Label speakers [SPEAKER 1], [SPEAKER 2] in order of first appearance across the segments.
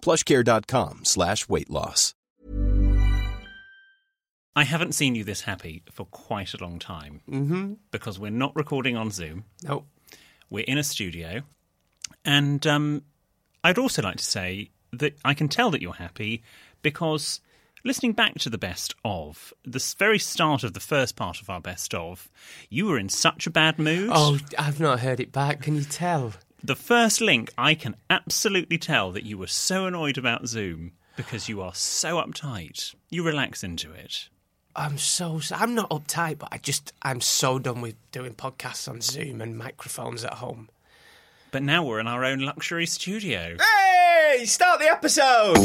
[SPEAKER 1] Plushcare.com slash weight loss.
[SPEAKER 2] I haven't seen you this happy for quite a long time mm-hmm. because we're not recording on Zoom.
[SPEAKER 3] Nope.
[SPEAKER 2] We're in a studio. And um, I'd also like to say that I can tell that you're happy because listening back to the best of, the s- very start of the first part of our best of, you were in such a bad mood.
[SPEAKER 4] Oh, I've not heard it back. Can you tell?
[SPEAKER 2] The first link, I can absolutely tell that you were so annoyed about Zoom because you are so uptight. You relax into it.
[SPEAKER 4] I'm so. s- I'm not uptight, but I just. I'm so done with doing podcasts on Zoom and microphones at home.
[SPEAKER 2] But now we're in our own luxury studio.
[SPEAKER 4] Hey! Start the episode!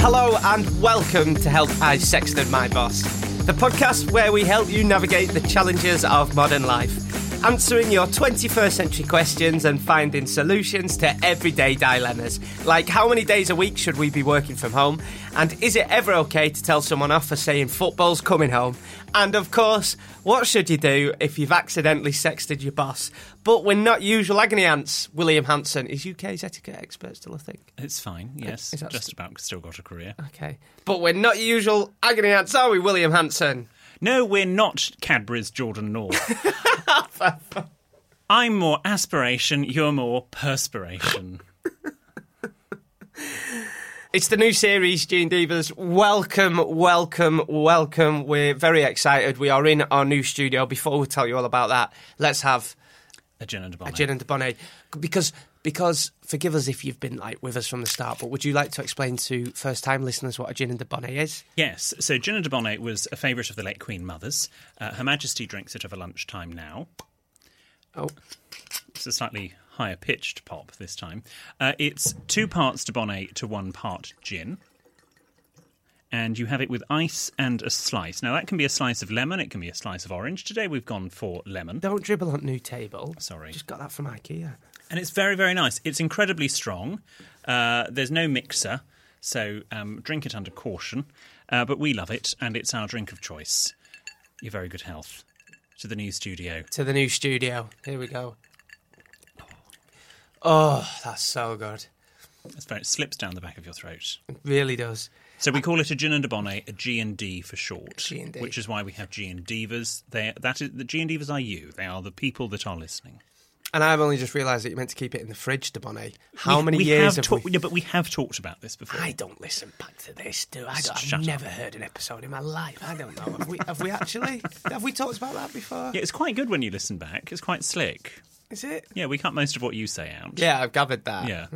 [SPEAKER 4] Hello and welcome to Help I Sexton My Boss, the podcast where we help you navigate the challenges of modern life, answering your 21st century questions and finding solutions to everyday dilemmas, like how many days a week should we be working from home, and is it ever okay to tell someone off for saying football's coming home, and of course, what should you do if you've accidentally sexted your boss? But we're not usual agony ants. William Hanson is UK's etiquette expert still, I think.
[SPEAKER 2] It's fine, yes.
[SPEAKER 4] Uh, Is that
[SPEAKER 2] Just
[SPEAKER 4] st- Uh.
[SPEAKER 2] about still got a career.
[SPEAKER 4] Okay. But we're not your usual agony ants, are we, William Hanson?
[SPEAKER 2] No, we're not Cadbury's Jordan North. I'm more aspiration, you're more perspiration.
[SPEAKER 4] It's the new series, Gene Divas. Welcome, welcome, welcome. We're very excited. We are in our new studio. Before we tell you all about that, let's have
[SPEAKER 2] A gin and a
[SPEAKER 4] a
[SPEAKER 2] bonnet.
[SPEAKER 4] gin and a bonnet. Because, because forgive us if you've been like with us from the start, but would you like to explain to first time listeners what a gin and a bonnet is?
[SPEAKER 2] Yes, so gin and a bonnet was a favourite of the late Queen Mother's. Uh, Her Majesty drinks it over lunchtime now.
[SPEAKER 4] Oh,
[SPEAKER 2] It's a slightly higher pitched pop this time. Uh, it's two parts to bonnet to one part gin. And you have it with ice and a slice. Now, that can be a slice of lemon, it can be a slice of orange. Today we've gone for lemon.
[SPEAKER 4] don't dribble on new table.
[SPEAKER 2] Sorry.
[SPEAKER 4] Just got that from Ikea.
[SPEAKER 2] and it's very very nice it's incredibly strong uh, there's no mixer so um, drink it under caution uh, but we love it and it's our drink of choice your very good health to the new studio
[SPEAKER 4] to the new studio. Here we go. Oh, that's so good.
[SPEAKER 2] it's very, it slips down the back of your throat
[SPEAKER 4] It really does.
[SPEAKER 2] so we call it a gin and a bonnet a g&d for short
[SPEAKER 4] G&D.
[SPEAKER 2] which is why we have g&divas they, that is, the g&divas are you they are the people that are listening
[SPEAKER 4] And I've only just realised that you meant to keep it in the fridge, De Bonnet. How
[SPEAKER 2] We-
[SPEAKER 4] many
[SPEAKER 2] we have
[SPEAKER 4] years have
[SPEAKER 2] talked
[SPEAKER 4] we...
[SPEAKER 2] yeah, but we have talked about this before
[SPEAKER 4] I don't listen back to this, do I?
[SPEAKER 2] Shut
[SPEAKER 4] I've
[SPEAKER 2] up.
[SPEAKER 4] never heard an episode in my life. I don't know. Have we, have we actually? Have we talked about that before?
[SPEAKER 2] yeah, it's quite good when you listen back it's quite slick
[SPEAKER 4] Is it?
[SPEAKER 2] yeah we cut most of what you say out
[SPEAKER 4] Yeah, I've gathered that.
[SPEAKER 2] Yeah.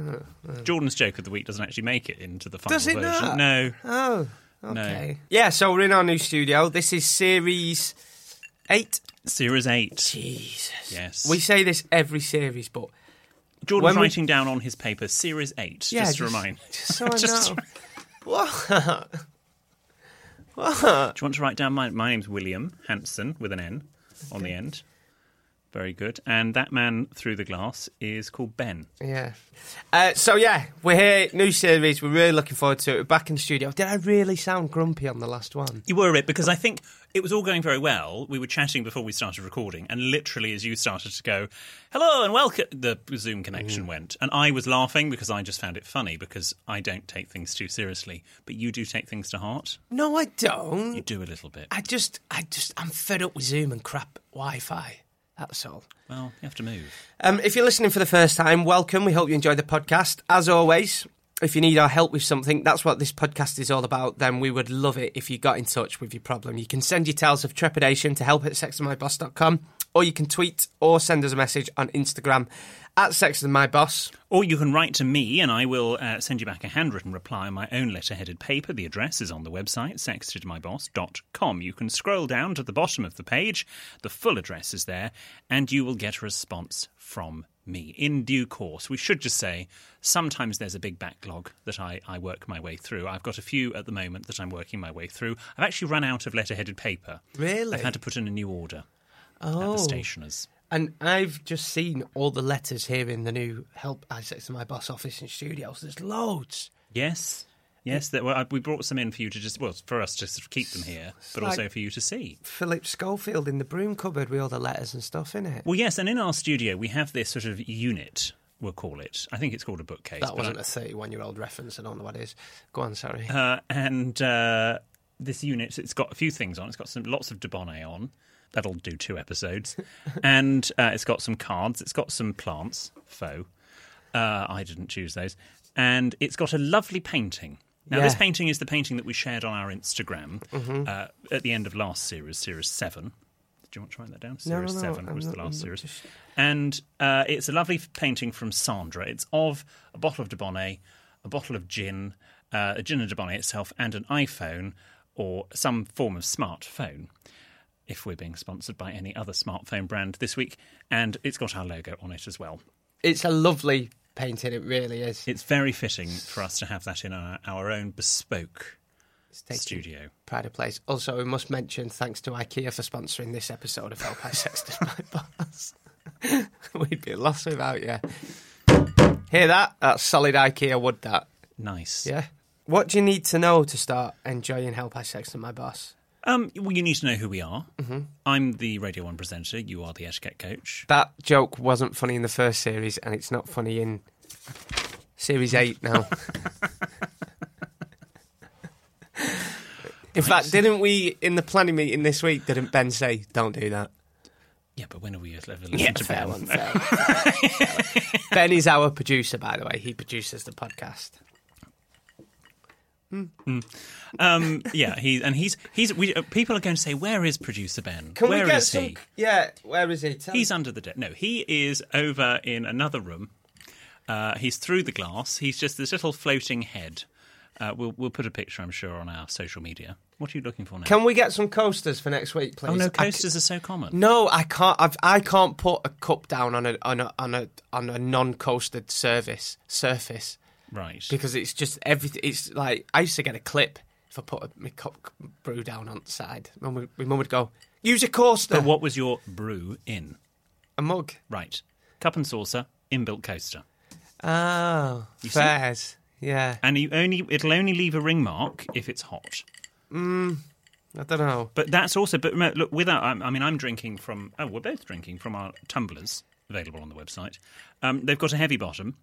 [SPEAKER 2] Jordan's joke of the week doesn't actually make it into the final
[SPEAKER 4] Does it
[SPEAKER 2] version.
[SPEAKER 4] not?
[SPEAKER 2] No.
[SPEAKER 4] Oh,
[SPEAKER 2] No.
[SPEAKER 4] okay. Yeah, so we're in our new studio. This is series eight.
[SPEAKER 2] Series 8.
[SPEAKER 4] Jesus.
[SPEAKER 2] Yes.
[SPEAKER 4] We say this every series, but
[SPEAKER 2] Jordan's
[SPEAKER 4] when we-
[SPEAKER 2] writing down on his paper Series 8,
[SPEAKER 4] Yeah,
[SPEAKER 2] just to remind.
[SPEAKER 4] Just so I
[SPEAKER 2] Just-
[SPEAKER 4] know. What?
[SPEAKER 2] Do you want to write down my, my name's William Hanson with an N on the end? Very good. And that man through the glass is called Ben.
[SPEAKER 4] Yeah. Uh, so yeah, we're here, new series. We're really looking forward to it. We're back in the studio. Did I really sound grumpy on the last one?
[SPEAKER 2] You were a bit because I think it was all going very well. We were chatting before we started recording, and literally as you started to go, "Hello and welcome," the Zoom connection went, and I was laughing because I just found it funny because I don't take things too seriously, but you do take things to heart.
[SPEAKER 4] No, I
[SPEAKER 2] You
[SPEAKER 4] don't.
[SPEAKER 2] do a little bit.
[SPEAKER 4] I just, I just, I'm fed up with Zoom and crap Wi-Fi. That's all.
[SPEAKER 2] Well, you have to move.
[SPEAKER 4] Um, if you're listening for the first time, welcome. We hope you enjoy the podcast. As always, if you need our help with something, that's what this podcast is all about, then we would love it if you got in touch with your problem. You can send your tales of trepidation to help at sexandmyboss.com, or you can tweet or send us a message on Instagram at sexandmyboss.
[SPEAKER 2] Or you can write to me and I will uh, send you back a handwritten reply on my own letterheaded paper. The address is on the website, sextedmyboss.com. You can scroll down to the bottom of the page, the full address is there, and you will get a response from me in due course. We should just say sometimes there's a big backlog that I, I work my way through. I've got a few at the moment that I'm working my way through. I've actually run out of letterheaded paper.
[SPEAKER 4] Really? Oh.
[SPEAKER 2] I've had to put in a new order at the stationer's.
[SPEAKER 4] And I've just seen all the letters here in the new Help I Sex and My Boss office and studios. There's loads.
[SPEAKER 2] Yes. Yes, that, well, I- we brought some in for you to just, well, for us to sort of keep them here, but
[SPEAKER 4] like-
[SPEAKER 2] also for you to see.
[SPEAKER 4] Philip Schofield in the broom cupboard with all the letters and stuff in it.
[SPEAKER 2] Well, yes, and in our studio, we have this sort of unit, we'll call it. I think it's called a bookcase.
[SPEAKER 4] That
[SPEAKER 2] but
[SPEAKER 4] wasn't
[SPEAKER 2] I-
[SPEAKER 4] a 31 year old reference. I don't know what it is. Go on, sorry.
[SPEAKER 2] uh, and uh, this unit, it's got a few things on. It's got some lots of Debonnair on. That'll do two episodes. and uh, it's got some cards. It's got some plants, faux. Uh, I didn't choose those. And it's got a lovely painting. Now, this
[SPEAKER 4] Yeah. Mm-hmm.
[SPEAKER 2] painting is the painting that we shared on our Instagram uh, at the end of last series, series seven. Do you want to write that down? Series
[SPEAKER 4] no,
[SPEAKER 2] seven
[SPEAKER 4] I'm
[SPEAKER 2] was the
[SPEAKER 4] not-
[SPEAKER 2] last
[SPEAKER 4] I'm
[SPEAKER 2] series. And uh, it's a lovely f- painting from Sandra. It's of a bottle of Debonnet, a bottle of gin, uh, a gin and Debonnet itself, and an iPhone or some form of smartphone. If we're being sponsored by any other smartphone brand this week, and it's got our logo on it as well.
[SPEAKER 4] It's a lovely painting, it really is.
[SPEAKER 2] It's very fitting for us to have that in our, our own bespoke
[SPEAKER 4] It's taking
[SPEAKER 2] studio.
[SPEAKER 4] pride of place. Also, we must mention thanks to IKEA for sponsoring this episode of Help I Sexted My Boss. We'd be lost without you. Hear that? That's solid IKEA wood, that.
[SPEAKER 2] Nice.
[SPEAKER 4] Yeah. What do you need to know to start enjoying Help I Sexted My Boss?
[SPEAKER 2] Um, well, you need to know who we are.
[SPEAKER 4] Mm-hmm.
[SPEAKER 2] I'm the Radio 1 presenter. You are the etiquette coach.
[SPEAKER 4] That joke wasn't funny in the first series, and it's not funny in series eight now. in fact, didn't we in the planning meeting this week? Didn't Ben say, "Don't do that"?
[SPEAKER 2] Yeah, but when are we ever listening to Ben?
[SPEAKER 4] fair one, fair one, fair one. ben is our producer, by the way. He produces the podcast.
[SPEAKER 2] Um, yeah, he and he's he's. We, uh, people are going to say, "Where is producer Ben?
[SPEAKER 4] Can
[SPEAKER 2] Where
[SPEAKER 4] we get
[SPEAKER 2] is
[SPEAKER 4] some?
[SPEAKER 2] he?
[SPEAKER 4] Yeah, where is he? Tell
[SPEAKER 2] He's under the deck. No, he is over in another room. Uh, he's through the glass. He's just this little floating head. Uh, we'll we'll put a picture, I'm sure, on our social media. What are you looking for now?
[SPEAKER 4] Can we get some coasters for next week, please?
[SPEAKER 2] oh no,
[SPEAKER 4] I c-
[SPEAKER 2] coasters are so common.
[SPEAKER 4] No, I can't. I've, I can't put a cup down on a on a on a on a non-coasted service surface
[SPEAKER 2] Right.
[SPEAKER 4] because it's just everything. It's like I used to get a clip if I put a, my cup brew down on the side. Mum would, my mum would go, "Use a coaster,
[SPEAKER 2] But what was your brew in?
[SPEAKER 4] a mug."
[SPEAKER 2] Right. Cup and saucer, inbuilt coaster.
[SPEAKER 4] Oh,
[SPEAKER 2] You see?
[SPEAKER 4] fairs. Yeah,
[SPEAKER 2] And you only it'll only leave a ring mark if it's hot.
[SPEAKER 4] I don't know.
[SPEAKER 2] But that's also. But remember, look, without. I I mean, I'm drinking from. Oh, we're both drinking from our tumblers available on the website. Um, they've got a heavy bottom,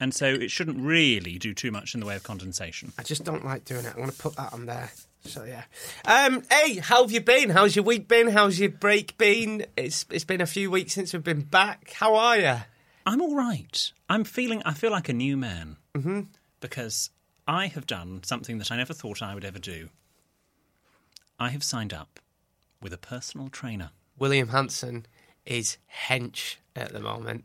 [SPEAKER 2] and so it shouldn't really do too much in the way of condensation.
[SPEAKER 4] I just don't like doing it. I want to put that on there. So yeah. Um, hey, how have you been? How's your week been? How's your break been? It's it's been a few weeks since we've been back. How are you?
[SPEAKER 2] I'm all right. I'm feeling. I feel like a new man mm-hmm. because I have done something that I never thought I would ever do. I have signed up with a personal trainer.
[SPEAKER 4] William Hanson is hench at the moment.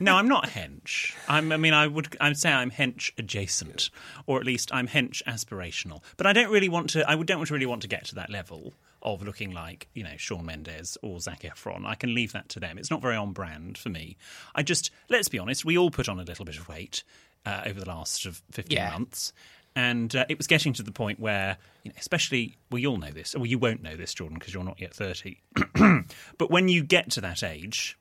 [SPEAKER 2] No, I'm not hench. I'm, I mean, I would I'd say I'm hench adjacent, or at least I'm hench aspirational. But I don't really want to. I would don't really want to get to that level of looking like you know Sean Mendes or Zac Efron. I can leave that to them. It's not very on brand for me. I just let's be honest. We all put on a little bit of weight uh, over the last sort of fifteen
[SPEAKER 4] Yeah.
[SPEAKER 2] months. And uh, it was getting to the point where, you know, especially, well, you'll know this. Well, you won't know this, Jordan, because you're not yet 30. but when you get to that age,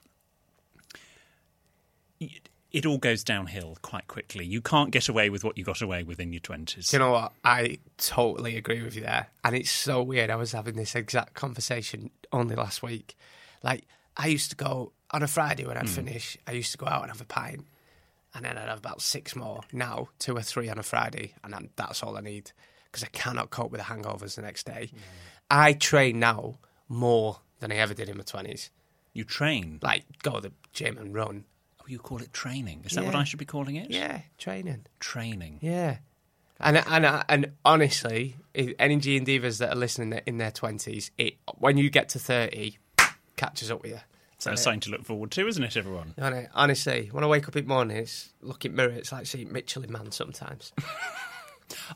[SPEAKER 2] it all goes downhill quite quickly. You can't get away with what you got away with in your twenties.
[SPEAKER 4] Do you know what? I totally agree with you there. And it's so weird. I was having this exact conversation only last week. Like, I used to go on a Friday when I'd finish, I used to go out and have a pint. And then I'd have about six more. Now, two or three on a Friday. And then that's all I need because I cannot cope with the hangovers the next day. I train now more than I ever did in my 20s.
[SPEAKER 2] You train.
[SPEAKER 4] Like go to the gym and run.
[SPEAKER 2] Oh, you call it training. Is that what
[SPEAKER 4] Yeah.
[SPEAKER 2] I should be calling it?
[SPEAKER 4] Yeah, training.
[SPEAKER 2] Training.
[SPEAKER 4] Yeah. And and and honestly, if any G and divas that are listening in their twenties, it when you get to thirty, catches up with you.
[SPEAKER 2] So it's something to look forward to, isn't it, everyone?
[SPEAKER 4] Hon- Honestly, when I wake up in the morning, it's look in mirror, it's like seeing Michelin Man sometimes.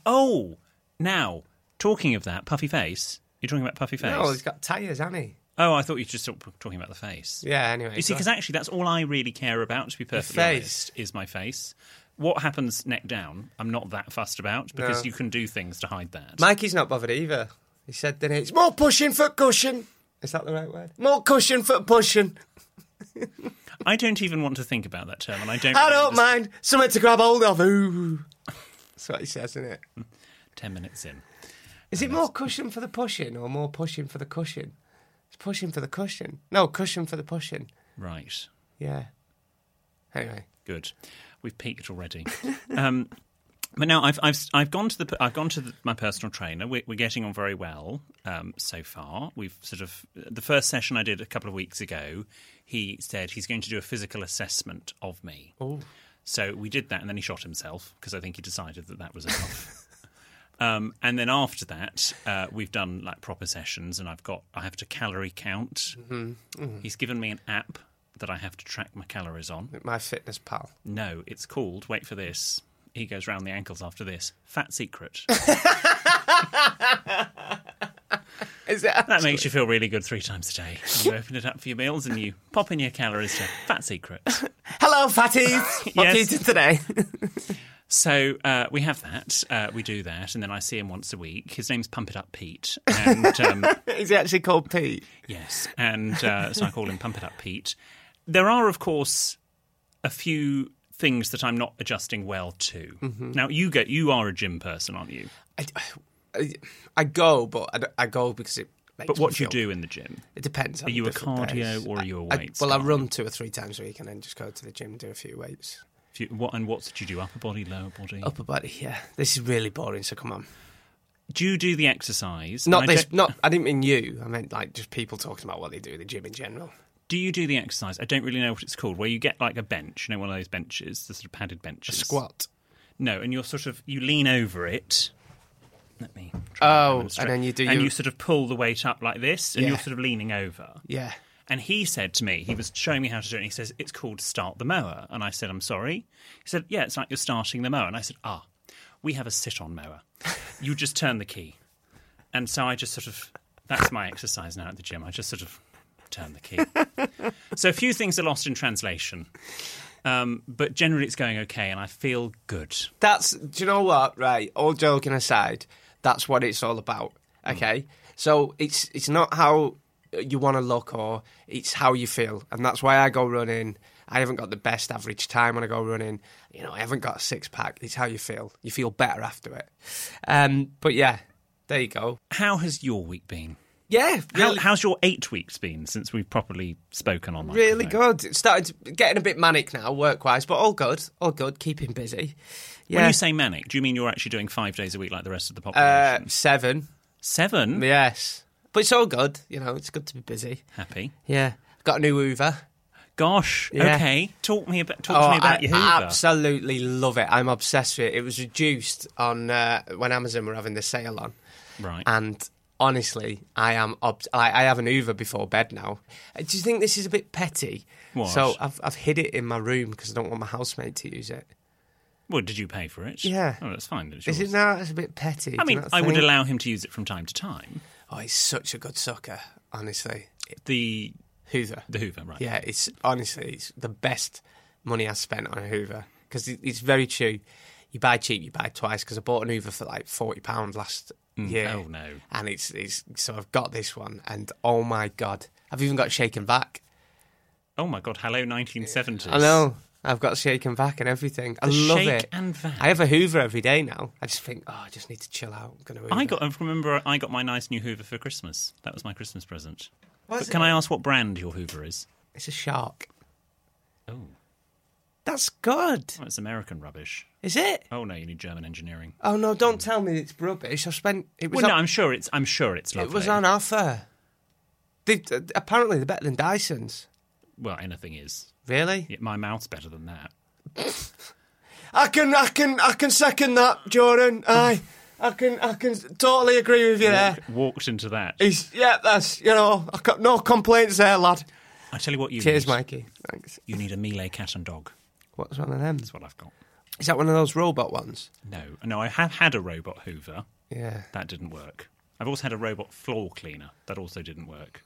[SPEAKER 2] Oh, now, talking of that, Puffy Face. You're talking about Puffy Face?
[SPEAKER 4] oh, he's got tyres, hasn't he?
[SPEAKER 2] oh, I thought you were just sort of talking about the face.
[SPEAKER 4] Yeah. Anyway,
[SPEAKER 2] You see,
[SPEAKER 4] go-
[SPEAKER 2] because actually, that's all I really care about, to be perfectly
[SPEAKER 4] face.
[SPEAKER 2] honest, is my face. What happens neck down, I'm not that fussed about because
[SPEAKER 4] No.
[SPEAKER 2] you can do things to hide that.
[SPEAKER 4] Mikey's not bothered either. He said, "Then it's more pushing for cushion." Is that the right word? More cushion for pushing.
[SPEAKER 2] I don't even want to think about that term, and I don't.
[SPEAKER 4] I don't
[SPEAKER 2] mind.
[SPEAKER 4] mind. Something to grab hold of. Ooh. That's what he says, isn't it?
[SPEAKER 2] Ten minutes in.
[SPEAKER 4] Is it more cushion for the pushing or more pushing for the cushion? It's pushing for the cushion. No, cushion for the pushing.
[SPEAKER 2] Right.
[SPEAKER 4] Yeah. Anyway.
[SPEAKER 2] Good. We've peaked already. um, but now I've, I've I've gone to the I've gone to the, my personal trainer. We're, we're getting on very well um, so far. We've sort of the first session I did a couple of weeks ago. He said he's going to do a physical assessment of me. So we did that, and then he shot himself because I think he decided that that was enough. Um, and then after that, uh, we've done like proper sessions, and I've got I have to calorie count. He's given me an app that I have to track my calories on.
[SPEAKER 4] My fitness pal.
[SPEAKER 2] No, it's called, wait for this. He goes round the ankles after this. Fat Secret.
[SPEAKER 4] Is it?
[SPEAKER 2] That makes you feel really good three times a day. You open it up for your meals and you pop in your calories to Fat Secret.
[SPEAKER 4] Hello, fatties. What
[SPEAKER 2] Yes.
[SPEAKER 4] you did today?
[SPEAKER 2] So uh, we have that. Uh, we do that. And then I see him once a week. His name's Pump It Up Pete. And um,
[SPEAKER 4] Is he actually called Pete?
[SPEAKER 2] Yes, and uh, so I call him Pump It Up Pete. There are, of course, a few things that I'm not adjusting well to. Now you get you are a gym person, aren't you?
[SPEAKER 4] I, I, I go, but I, d- I go because it. Makes
[SPEAKER 2] But
[SPEAKER 4] me
[SPEAKER 2] what do you
[SPEAKER 4] feel-
[SPEAKER 2] do in the gym?
[SPEAKER 4] It depends.
[SPEAKER 2] Are you a cardio or are you a weights
[SPEAKER 4] weights? well, I
[SPEAKER 2] guy?
[SPEAKER 4] run two or three times a week and then just go to the gym and do a few weights.
[SPEAKER 2] If you, what and what did you do? Upper body, lower body?
[SPEAKER 4] Upper body, yeah. This is really boring. So come on.
[SPEAKER 2] Do you do the exercise?
[SPEAKER 4] Not
[SPEAKER 2] And I
[SPEAKER 4] this.
[SPEAKER 2] don't-
[SPEAKER 4] Not. I didn't mean you. I meant like just people talking about what they do in the gym in general.
[SPEAKER 2] Do you do the exercise? I don't really know what it's called. Where you get like a bench, you know, one of those benches, the sort of padded benches.
[SPEAKER 4] Squat.
[SPEAKER 2] No, and you're sort of you lean over it. Let me.
[SPEAKER 4] Oh,
[SPEAKER 2] and
[SPEAKER 4] and then you do
[SPEAKER 2] And
[SPEAKER 4] your-
[SPEAKER 2] you sort of pull the weight up like this, and
[SPEAKER 4] Yeah.
[SPEAKER 2] you're sort of leaning over.
[SPEAKER 4] Yeah.
[SPEAKER 2] And he said to me, he was showing me how to do it, and he says, It's called Start the Mower. And I said, I'm sorry. He said, Yeah, it's like you're starting the mower. And I said, Ah, we have a sit on mower. You just turn the key. And so I just sort of, that's my exercise now at the gym. I just sort of turn the key. so a few things are lost in translation. Um, but generally, it's going okay, and I feel good.
[SPEAKER 4] That's. Do you know what? Right. All joking aside, that's what it's all about. Okay. So it's it's not how you want to look or it's how you feel, and that's why I go running. I haven't got the best average time when I go running. You know, I haven't got a six pack. It's how you feel. You feel better after it. Um. But yeah, there you go.
[SPEAKER 2] How has your week been?
[SPEAKER 4] Yeah.
[SPEAKER 2] How,
[SPEAKER 4] really-
[SPEAKER 2] how's your eight weeks been since we've properly spoken on?
[SPEAKER 4] Really
[SPEAKER 2] microphone?
[SPEAKER 4] good. It's starting to getting a bit manic now, work wise, but all good. All good. Keeping busy. Yeah.
[SPEAKER 2] When you say manic, do you mean you're actually doing five days a week like the rest of the
[SPEAKER 4] uh,
[SPEAKER 2] population?
[SPEAKER 4] seven,
[SPEAKER 2] Seven?
[SPEAKER 4] yes, but it's all good. You know, it's good to be busy.
[SPEAKER 2] Happy.
[SPEAKER 4] Yeah, got a new Hoover.
[SPEAKER 2] Gosh.
[SPEAKER 4] Yeah. Oh,
[SPEAKER 2] Okay. Talk me about. Talk to me about
[SPEAKER 4] I
[SPEAKER 2] your Hoover.
[SPEAKER 4] absolutely love it. I'm obsessed with it. It was reduced on uh, when Amazon were having the sale on.
[SPEAKER 2] Right.
[SPEAKER 4] And honestly, I am. Ob- I, I have an Hoover before bed now. Uh, Do you think this is a bit petty?
[SPEAKER 2] What?
[SPEAKER 4] So I've I've hid it in my room because I don't want my housemate to use it.
[SPEAKER 2] well, did you pay for it?
[SPEAKER 4] Yeah.
[SPEAKER 2] Oh, that's fine. It's
[SPEAKER 4] Is
[SPEAKER 2] yours.
[SPEAKER 4] it now? It's a bit petty.
[SPEAKER 2] I
[SPEAKER 4] do you
[SPEAKER 2] mean,
[SPEAKER 4] not
[SPEAKER 2] I would
[SPEAKER 4] think?
[SPEAKER 2] allow him to use it from time to time.
[SPEAKER 4] Oh, he's such a good sucker, honestly.
[SPEAKER 2] The
[SPEAKER 4] Hoover.
[SPEAKER 2] the Hoover, right?
[SPEAKER 4] Yeah, it's honestly it's the best money I spent on a Hoover because it's very cheap. You buy cheap, you buy twice. Because I bought an Hoover for like forty pound last year.
[SPEAKER 2] oh, no.
[SPEAKER 4] And it's it's so I've got this one, and oh my god, I've even got shaken back.
[SPEAKER 2] Oh my God! Hello, 1970s.
[SPEAKER 4] I know. I've got shaken back and everything. I
[SPEAKER 2] The
[SPEAKER 4] love
[SPEAKER 2] shake
[SPEAKER 4] it.
[SPEAKER 2] and vac.
[SPEAKER 4] I have a Hoover every day now. I just think, oh, I just need to chill out. I'm gonna. Hoover.
[SPEAKER 2] I got. I remember I got my nice new Hoover for Christmas. That was my Christmas present.
[SPEAKER 4] Was
[SPEAKER 2] but can
[SPEAKER 4] it?
[SPEAKER 2] I ask what brand your Hoover is?
[SPEAKER 4] It's a shark.
[SPEAKER 2] Oh,
[SPEAKER 4] That's good.
[SPEAKER 2] oh it's American rubbish.
[SPEAKER 4] Is it?
[SPEAKER 2] Oh no, you need German engineering.
[SPEAKER 4] Oh no! Don't tell me it's rubbish. I spent. It was.
[SPEAKER 2] Well, no,
[SPEAKER 4] on,
[SPEAKER 2] I'm sure it's. I'm sure it's lovely.
[SPEAKER 4] it was on offer. They, uh, apparently, they're better than Dysons.
[SPEAKER 2] Well, anything is.
[SPEAKER 4] Really?
[SPEAKER 2] Yeah, My mouth's better than that.
[SPEAKER 4] I can, I can, I can second that, Jordan. I, I can, I can totally agree with you there.
[SPEAKER 2] Walked into that.
[SPEAKER 4] He's, yeah, that's you know, I got no complaints there, lad.
[SPEAKER 2] I tell you what, you
[SPEAKER 4] Cheers,
[SPEAKER 2] need.
[SPEAKER 4] Mikey. Thanks.
[SPEAKER 2] You need a melee cat and dog.
[SPEAKER 4] What's one of them?
[SPEAKER 2] That's what I've got.
[SPEAKER 4] Is that one of those robot ones?
[SPEAKER 2] No, no, I have had a robot Hoover.
[SPEAKER 4] Yeah.
[SPEAKER 2] That didn't work. I've also had a robot floor cleaner. That also didn't work.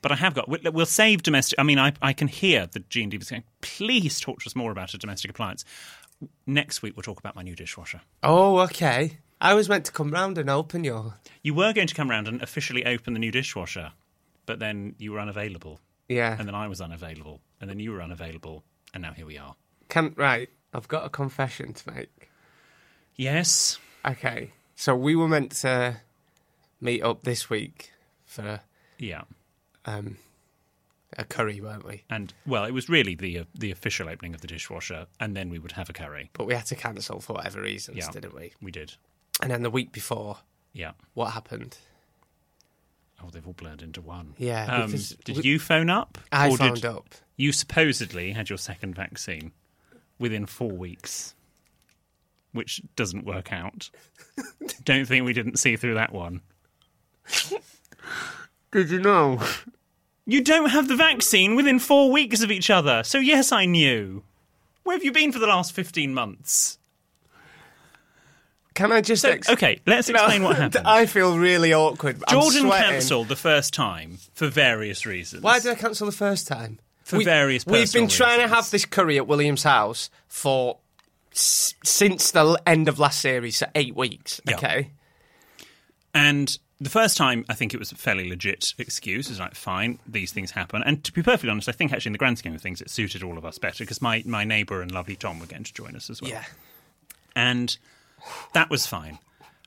[SPEAKER 2] But I have got. we- We'll save domestic. I mean, I, I can hear the G and D saying, "Please talk to us more about a domestic appliance." Next week, we'll talk about my new dishwasher.
[SPEAKER 4] Oh, okay. I was meant to come round and open your.
[SPEAKER 2] You were going to come round and officially open the new dishwasher, but then you were unavailable,
[SPEAKER 4] Yeah.
[SPEAKER 2] and then I was unavailable, and then you were unavailable, and now here we are.
[SPEAKER 4] Can right. I've got a confession to make.
[SPEAKER 2] Yes,
[SPEAKER 4] Okay. So we were meant to meet up this week for
[SPEAKER 2] yeah,
[SPEAKER 4] um, a curry, weren't we?
[SPEAKER 2] and well, it was really the uh, the official opening of the dishwasher, and then we would have a curry.
[SPEAKER 4] But we had to cancel for whatever reasons,
[SPEAKER 2] Yeah,
[SPEAKER 4] didn't we?
[SPEAKER 2] We did.
[SPEAKER 4] And then the week before,
[SPEAKER 2] Yeah.
[SPEAKER 4] what happened?
[SPEAKER 2] Oh, they've all blurred into one.
[SPEAKER 4] Yeah,
[SPEAKER 2] Um,
[SPEAKER 4] because
[SPEAKER 2] did
[SPEAKER 4] we-
[SPEAKER 2] you phone up?
[SPEAKER 4] I
[SPEAKER 2] Or
[SPEAKER 4] found
[SPEAKER 2] did-
[SPEAKER 4] up.
[SPEAKER 2] You supposedly had your second vaccine within four weeks, which doesn't work out. Don't think we didn't see through that one.
[SPEAKER 4] Did you know?
[SPEAKER 2] You don't have the vaccine within four weeks of each other. So, yes, I knew. Where have you been for the last 15 months?
[SPEAKER 4] Can I just
[SPEAKER 2] So,
[SPEAKER 4] ex-
[SPEAKER 2] okay, let's explain what happened.
[SPEAKER 4] I feel really awkward. I'm
[SPEAKER 2] Jordan
[SPEAKER 4] sweating.
[SPEAKER 2] cancelled the first time for various reasons.
[SPEAKER 4] Why did I cancel the first time?
[SPEAKER 2] For various
[SPEAKER 4] We've been
[SPEAKER 2] personal
[SPEAKER 4] trying to have
[SPEAKER 2] reasons.
[SPEAKER 4] this curry at William's house for s- since the l- end of last series, so eight weeks.
[SPEAKER 2] Yeah.
[SPEAKER 4] Okay.
[SPEAKER 2] And the first time, I think it was a fairly legit excuse. It was like, fine, these things happen. And to be perfectly honest, I think actually in the grand scheme of things, it suited all of us better because my, my neighbour and lovely Tom were going to join us as well.
[SPEAKER 4] Yeah.
[SPEAKER 2] And that was fine.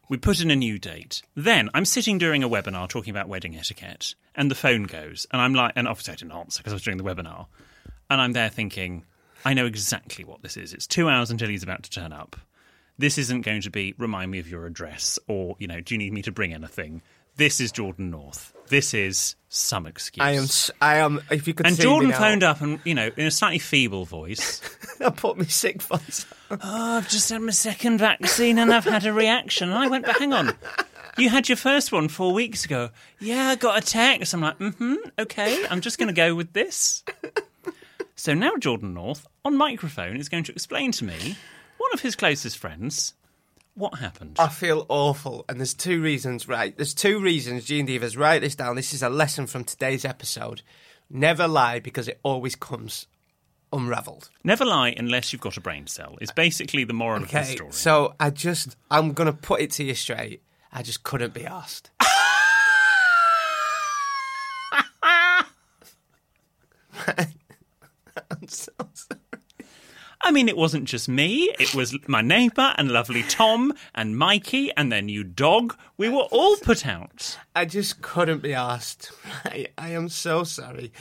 [SPEAKER 2] We put in a new date. Then I'm sitting during a webinar talking about wedding etiquette, and the phone goes. And I'm like, and obviously I didn't answer because I was doing the webinar. And I'm there thinking, I know exactly what this is. It's two hours until he's about to turn up. This isn't going to be, remind me of your address, or, you know, do you need me to bring anything? This is Jordan North. This is some excuse.
[SPEAKER 4] I am. s- I am. If you could.
[SPEAKER 2] and
[SPEAKER 4] see
[SPEAKER 2] Jordan
[SPEAKER 4] me now,
[SPEAKER 2] phoned up and, you know, in a slightly feeble voice.
[SPEAKER 4] I put my sick voice.
[SPEAKER 2] I've just had my second vaccine and I've had a reaction. And I went, but hang on, you had your first one four weeks ago. Yeah, I got a text. I'm like, mm hmm, okay, I'm just going to go with this. So now Jordan North, on microphone, is going to explain to me, one of his closest friends, what happened.
[SPEAKER 4] I feel awful, and there's two reasons. Right, there's two reasons. Gene Divas, write this down. This is a lesson from today's episode. Never lie because it always comes unravelled.
[SPEAKER 2] Never lie unless you've got a brain cell, is basically the moral of the
[SPEAKER 4] Okay,
[SPEAKER 2] story.
[SPEAKER 4] so I just, I'm gonna put it to you straight. I just couldn't be asked. I'm so sorry.
[SPEAKER 2] I mean, it wasn't just me. It was my neighbour and lovely Tom and Mikey and their new dog. We were all put out.
[SPEAKER 4] I just couldn't be asked. Right, I am so sorry.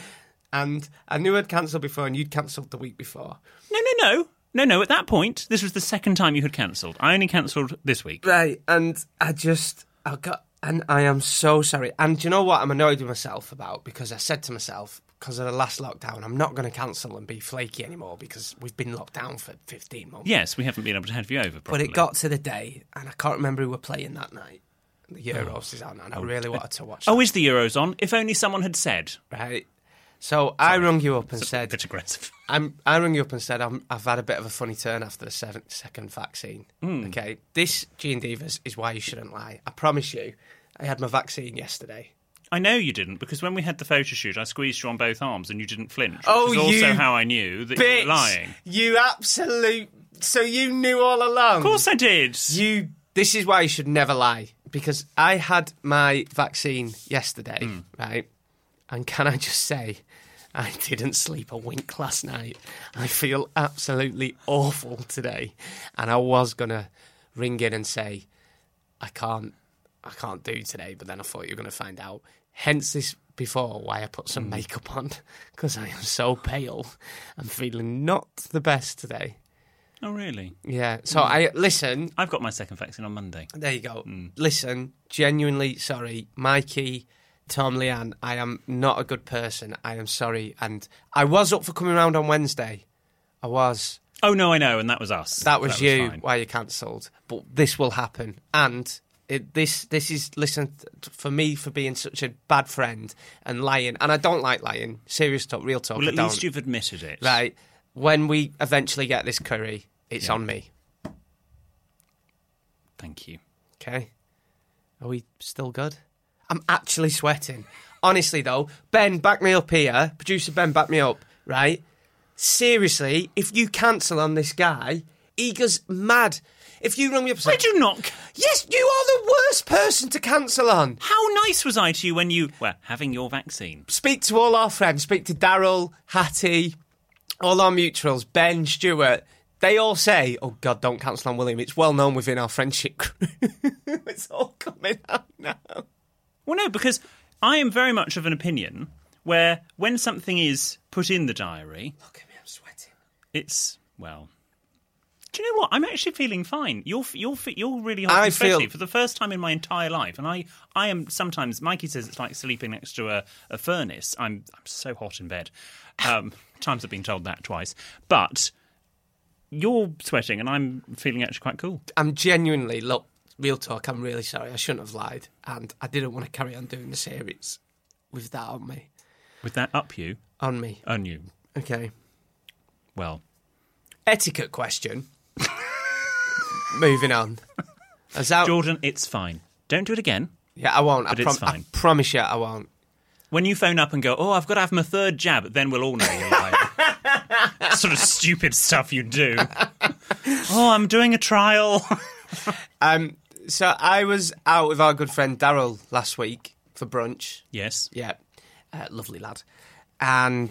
[SPEAKER 4] And I knew I'd cancelled before, and you'd cancelled the week before.
[SPEAKER 2] No, no, no. No, no. At that point, this was the second time you had cancelled. I only cancelled this week.
[SPEAKER 4] Right, and I just I got and I am so sorry. And do you know what I'm annoyed with myself about? Because I said to myself, because of the last lockdown, I'm not going to cancel and be flaky anymore because we've been locked down for 15 months.
[SPEAKER 2] Yes, we haven't been able to have you over.
[SPEAKER 4] but
[SPEAKER 2] Properly.
[SPEAKER 4] it got to the day, and I can't remember who we're playing that night. The Euros is on, and I really wanted to watch.
[SPEAKER 2] Oh, is the Euros on? If only someone had said.
[SPEAKER 4] that, right. So I rung you up and
[SPEAKER 2] A
[SPEAKER 4] said,
[SPEAKER 2] bit aggressive.
[SPEAKER 4] I'm, I rang you up and said I'm, I've had a bit of a funny turn after the seven, second vaccine.
[SPEAKER 2] Hmm.
[SPEAKER 4] Okay, this Gene Divas is why you shouldn't lie. I promise you, I had my vaccine yesterday.
[SPEAKER 2] I know you didn't because when we had the photo shoot, I squeezed you on both arms and you didn't flinch. Which
[SPEAKER 4] Oh,
[SPEAKER 2] is also
[SPEAKER 4] you
[SPEAKER 2] how I knew that you
[SPEAKER 4] Bitch,
[SPEAKER 2] were lying.
[SPEAKER 4] you absolute. So you knew all along.
[SPEAKER 2] Of course, I did.
[SPEAKER 4] You. This is why you should never lie because I had my vaccine yesterday, right? And can I just say, I didn't sleep a wink last night. I feel absolutely awful today, and I was gonna ring in and say, I can't, I can't do today. But then I thought you were gonna find out. Hence this before why I put some makeup on because I am so pale. I'm feeling not the best today.
[SPEAKER 2] Oh, really?
[SPEAKER 4] Yeah. So I listen.
[SPEAKER 2] I've got my second vaccine on Monday.
[SPEAKER 4] There you go. Listen, genuinely sorry, Mikey, Tom Leanne, I am not a good person. I am sorry. And I was up for coming round on Wednesday. I was.
[SPEAKER 2] Oh no, I know, and that was us.
[SPEAKER 4] That was you.
[SPEAKER 2] fine.
[SPEAKER 4] why you cancelled? But this will happen. And it, this this is listen t- for me for being such a bad friend and lying. And I don't like lying. Serious talk, real talk.
[SPEAKER 2] Well,
[SPEAKER 4] I
[SPEAKER 2] at
[SPEAKER 4] don't.
[SPEAKER 2] least you've admitted it.
[SPEAKER 4] right. When we eventually get this curry, it's
[SPEAKER 2] Yeah.
[SPEAKER 4] on me.
[SPEAKER 2] Thank you.
[SPEAKER 4] Okay. Are we still good? I'm actually sweating. Honestly, though, Ben, back me up here. Producer Ben, back me up, right? Seriously, if you cancel on this guy, he goes mad. If you rung me up and
[SPEAKER 2] I
[SPEAKER 4] said,
[SPEAKER 2] do not.
[SPEAKER 4] Yes, you are the worst person to cancel on.
[SPEAKER 2] How nice was I to you when you were having your vaccine?
[SPEAKER 4] Speak to all our friends. Speak to Daryl, Hattie, all our mutuals, Ben, Stewart. They all say, oh, God, don't cancel on William. It's well known within our friendship group. it's all coming out now.
[SPEAKER 2] Well, no, because I am very much of an opinion where when something is put in the diary,
[SPEAKER 4] Look at me, I'm sweating.
[SPEAKER 2] it's well. Do you know what? I'm actually feeling fine. You're f- you're f- you're really hot
[SPEAKER 4] I
[SPEAKER 2] and
[SPEAKER 4] feel-
[SPEAKER 2] sweaty for the first time in my entire life, and I I am sometimes. Mikey says it's like sleeping next to a, a furnace. I'm I'm so hot in bed. Um, times I've been told that twice, but you're sweating, and I'm feeling actually quite cool.
[SPEAKER 4] I'm genuinely, look, real talk, I'm really sorry. I shouldn't have lied. And I didn't want to carry on doing the series with that on me.
[SPEAKER 2] With that up you,
[SPEAKER 4] On me.
[SPEAKER 2] on you.
[SPEAKER 4] Okay.
[SPEAKER 2] Well,
[SPEAKER 4] Etiquette question. Moving on. I was out.
[SPEAKER 2] Jordan, it's fine. Don't do it again.
[SPEAKER 4] Yeah, I won't.
[SPEAKER 2] But
[SPEAKER 4] I,
[SPEAKER 2] it's
[SPEAKER 4] prom- I
[SPEAKER 2] fine.
[SPEAKER 4] promise you, I won't.
[SPEAKER 2] When you phone up and go, oh, I've got to have my third jab, then we'll all know you're lying. sort of stupid stuff you do. oh, I'm doing a trial.
[SPEAKER 4] Um, so I was out with our good friend Daryl last week for brunch.
[SPEAKER 2] yes.
[SPEAKER 4] Yeah, uh, lovely lad. And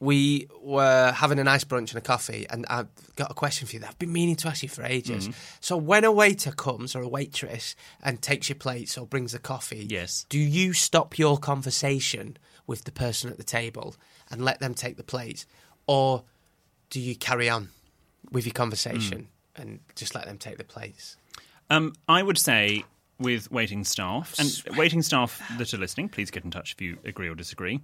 [SPEAKER 4] we were having a nice brunch and a coffee. And I've got a question for you that I've been meaning to ask you for ages. So when a waiter comes or a waitress and takes your plates or brings a coffee,
[SPEAKER 2] Yes.
[SPEAKER 4] do you stop your conversation with the person at the table and let them take the plates, or do you carry on with your conversation and just let them take the plates?
[SPEAKER 2] Um, I would say with waiting staff and waiting staff that are listening, please get in touch if you agree or disagree.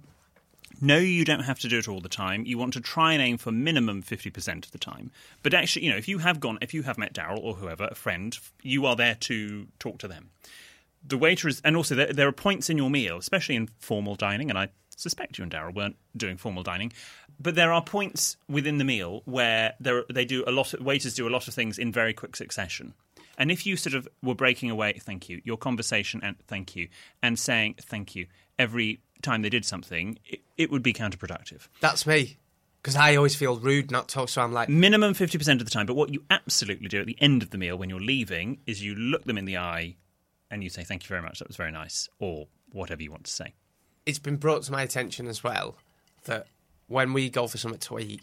[SPEAKER 2] No, you don't have to do it all the time. You want to try and aim for minimum fifty percent of the time. But actually, you know, if you have gone, if you have met Daryl or whoever, a friend, you are there to talk to them. The waiter is, and also there, there are points in your meal, especially in formal dining, and I suspect you and Daryl weren't doing formal dining, but there are points within the meal where there, they do a lot. Of, waiters do a lot of things in very quick succession, and if you sort of were breaking away, thank you, your conversation, and thank you, and saying thank you every time they did something, it, it would be counterproductive.
[SPEAKER 4] That's me. Because I always feel rude not to, so I'm like,
[SPEAKER 2] Minimum 50% of the time. But what you absolutely do at the end of the meal when you're leaving is you look them in the eye and you say, Thank you very much, that was very nice, or whatever you want to say.
[SPEAKER 4] it's been brought to my attention as well that when we go for something to eat,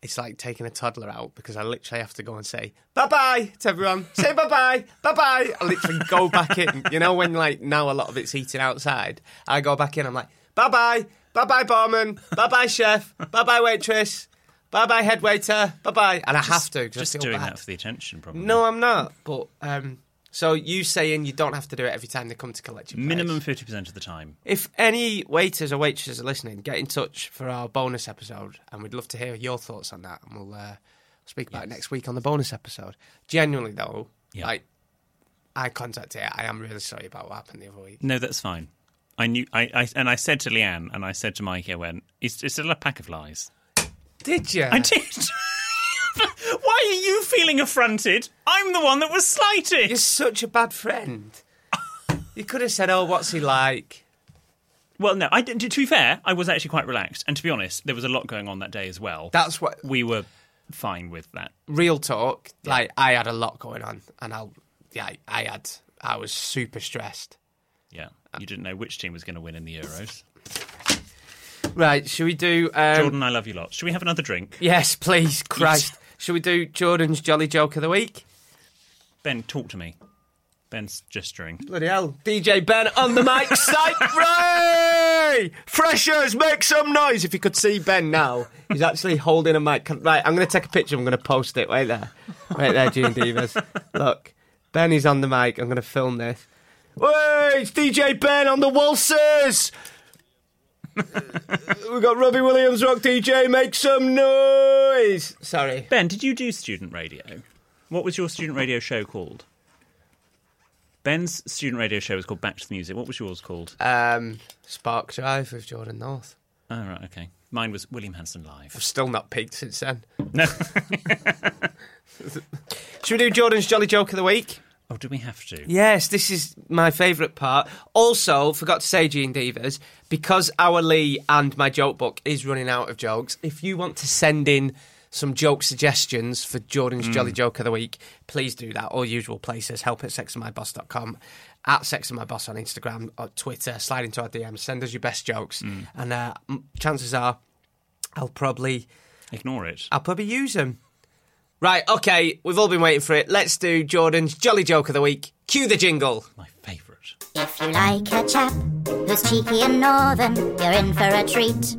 [SPEAKER 4] it's like taking a toddler out because I literally have to go and say bye bye to everyone. Say bye bye, bye bye. I literally go back in. You know when like now a lot of it's eating outside. I go back in. I'm like bye bye, bye bye barman, bye bye chef, bye bye waitress, bye bye head waiter, bye bye. And I have to because
[SPEAKER 2] Just
[SPEAKER 4] I feel
[SPEAKER 2] doing
[SPEAKER 4] bad.
[SPEAKER 2] that for the attention, probably.
[SPEAKER 4] No, I'm not. But um, so you saying you don't have to do it every time they come to collect your plates.
[SPEAKER 2] Minimum 50% of the time.
[SPEAKER 4] If any waiters or waitresses are listening, get in touch for our bonus episode, and we'd love to hear your thoughts on that. And we'll uh, speak about it next week on the bonus episode. Genuinely, though,
[SPEAKER 2] Yeah.
[SPEAKER 4] like I contact here, I am really sorry about what happened the other week.
[SPEAKER 2] No, that's fine. I knew, I, I and I said to Leanne, and I said to Mikey, I went, It's, it's a pack of lies.
[SPEAKER 4] Did you?
[SPEAKER 2] I did. Why are you feeling affronted? I'm the one that was slighted.
[SPEAKER 4] You're such a bad friend. you could have said, "Oh, what's he like?"
[SPEAKER 2] Well, no, I, didn't- to be fair, I was actually quite relaxed. And to be honest, there was a lot going on that day as well.
[SPEAKER 4] That's what
[SPEAKER 2] we were fine with that.
[SPEAKER 4] real talk. Like I had a lot going on, and I'll yeah, I had. I was super stressed.
[SPEAKER 2] Yeah. You didn't know which team was going to win in the Euros.
[SPEAKER 4] Right, should we do? Um,
[SPEAKER 2] Jordan, I love you lot. Should we have another drink?
[SPEAKER 4] Yes, please, Christ. Shall we do Jordan's Jolly Joke of the Week?
[SPEAKER 2] Ben, talk to me. Ben's gesturing.
[SPEAKER 4] Bloody hell. DJ Ben on the mic, Cypher! Freshers, make some noise! If you could see Ben now, he's actually holding a mic. Right, I'm going to take a picture, I'm going to post it. Wait there. Wait there, June Divas. Look, Ben is on the mic, I'm going to film this. Hey, it's DJ Ben on the waltzers. We've got Robbie Williams, rock DJ, make some noise. Sorry.
[SPEAKER 2] Ben, did you do student radio? What was your student radio show called? Ben's student radio show was called Back to the Music. What was yours called?
[SPEAKER 4] Um, Spark Drive with Jordan North.
[SPEAKER 2] oh, right, okay. Mine was William Hanson Live.
[SPEAKER 4] I've still not peaked since then.
[SPEAKER 2] No.
[SPEAKER 4] Should we do Jordan's Jolly Joke of the Week?
[SPEAKER 2] oh, do we have to?
[SPEAKER 4] Yes, this is my favourite part. Also, forgot to say, Gene Divas, because our Lee and my joke book is running out of jokes, if you want to send in some joke suggestions for Jordan's Jolly Joke of the Week, please do that. All usual places, help at sexandmyboss.com, at sexandmyboss on Instagram or Twitter, slide into our DMs, send us your best jokes. And uh, m- chances are, I'll probably
[SPEAKER 2] Ignore it.
[SPEAKER 4] I'll probably use them. Right, okay, we've all been waiting for it. Let's do Jordan's Jolly Joke of the Week. Cue the jingle.
[SPEAKER 2] My favourite.
[SPEAKER 5] If you like a chap who's cheeky and northern, you're in for a treat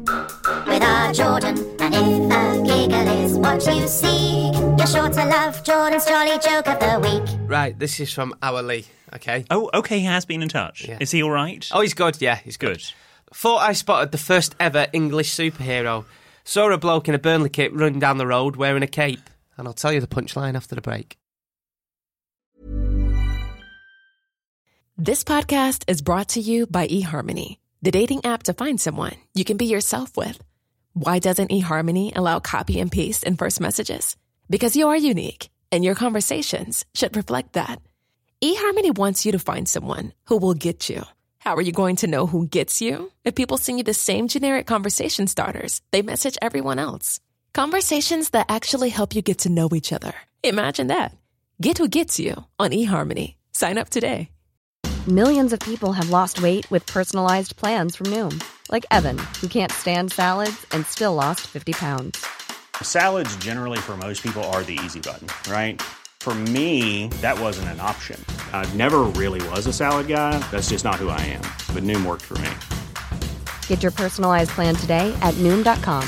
[SPEAKER 5] with our Jordan. And if a giggle is what you seek, you're sure to love Jordan's jolly joke of the week.
[SPEAKER 4] Right, this is from Hourly, okay?
[SPEAKER 2] Oh, okay, he has been in touch. Is he all right?
[SPEAKER 4] Oh, he's good, yeah, he's good.
[SPEAKER 2] good.
[SPEAKER 4] Thought I spotted the first ever English superhero. Saw a bloke in a Burnley kit running down the road wearing a cape. And I'll tell you the punchline after the break.
[SPEAKER 6] This podcast is brought to you by eHarmony, the dating app to find someone you can be yourself with. Why doesn't eHarmony allow copy and paste in first messages? Because you are unique and your conversations should reflect that. eHarmony wants you to find someone who will get you. How are you going to know who gets you? If people send you the same generic conversation starters, they message everyone else. Conversations that actually help you get to know each other. Imagine that. Get who gets you on eHarmony. Sign up today.
[SPEAKER 7] Millions of people have lost weight with personalized plans from Noom, like Evan, who can't stand salads and still lost 50 pounds.
[SPEAKER 8] Salads, generally, for most people, are the easy button, right? For me, that wasn't an option. I never really was a salad guy. That's just not who I am. But Noom worked for me.
[SPEAKER 7] Get your personalized plan today at Noom.com.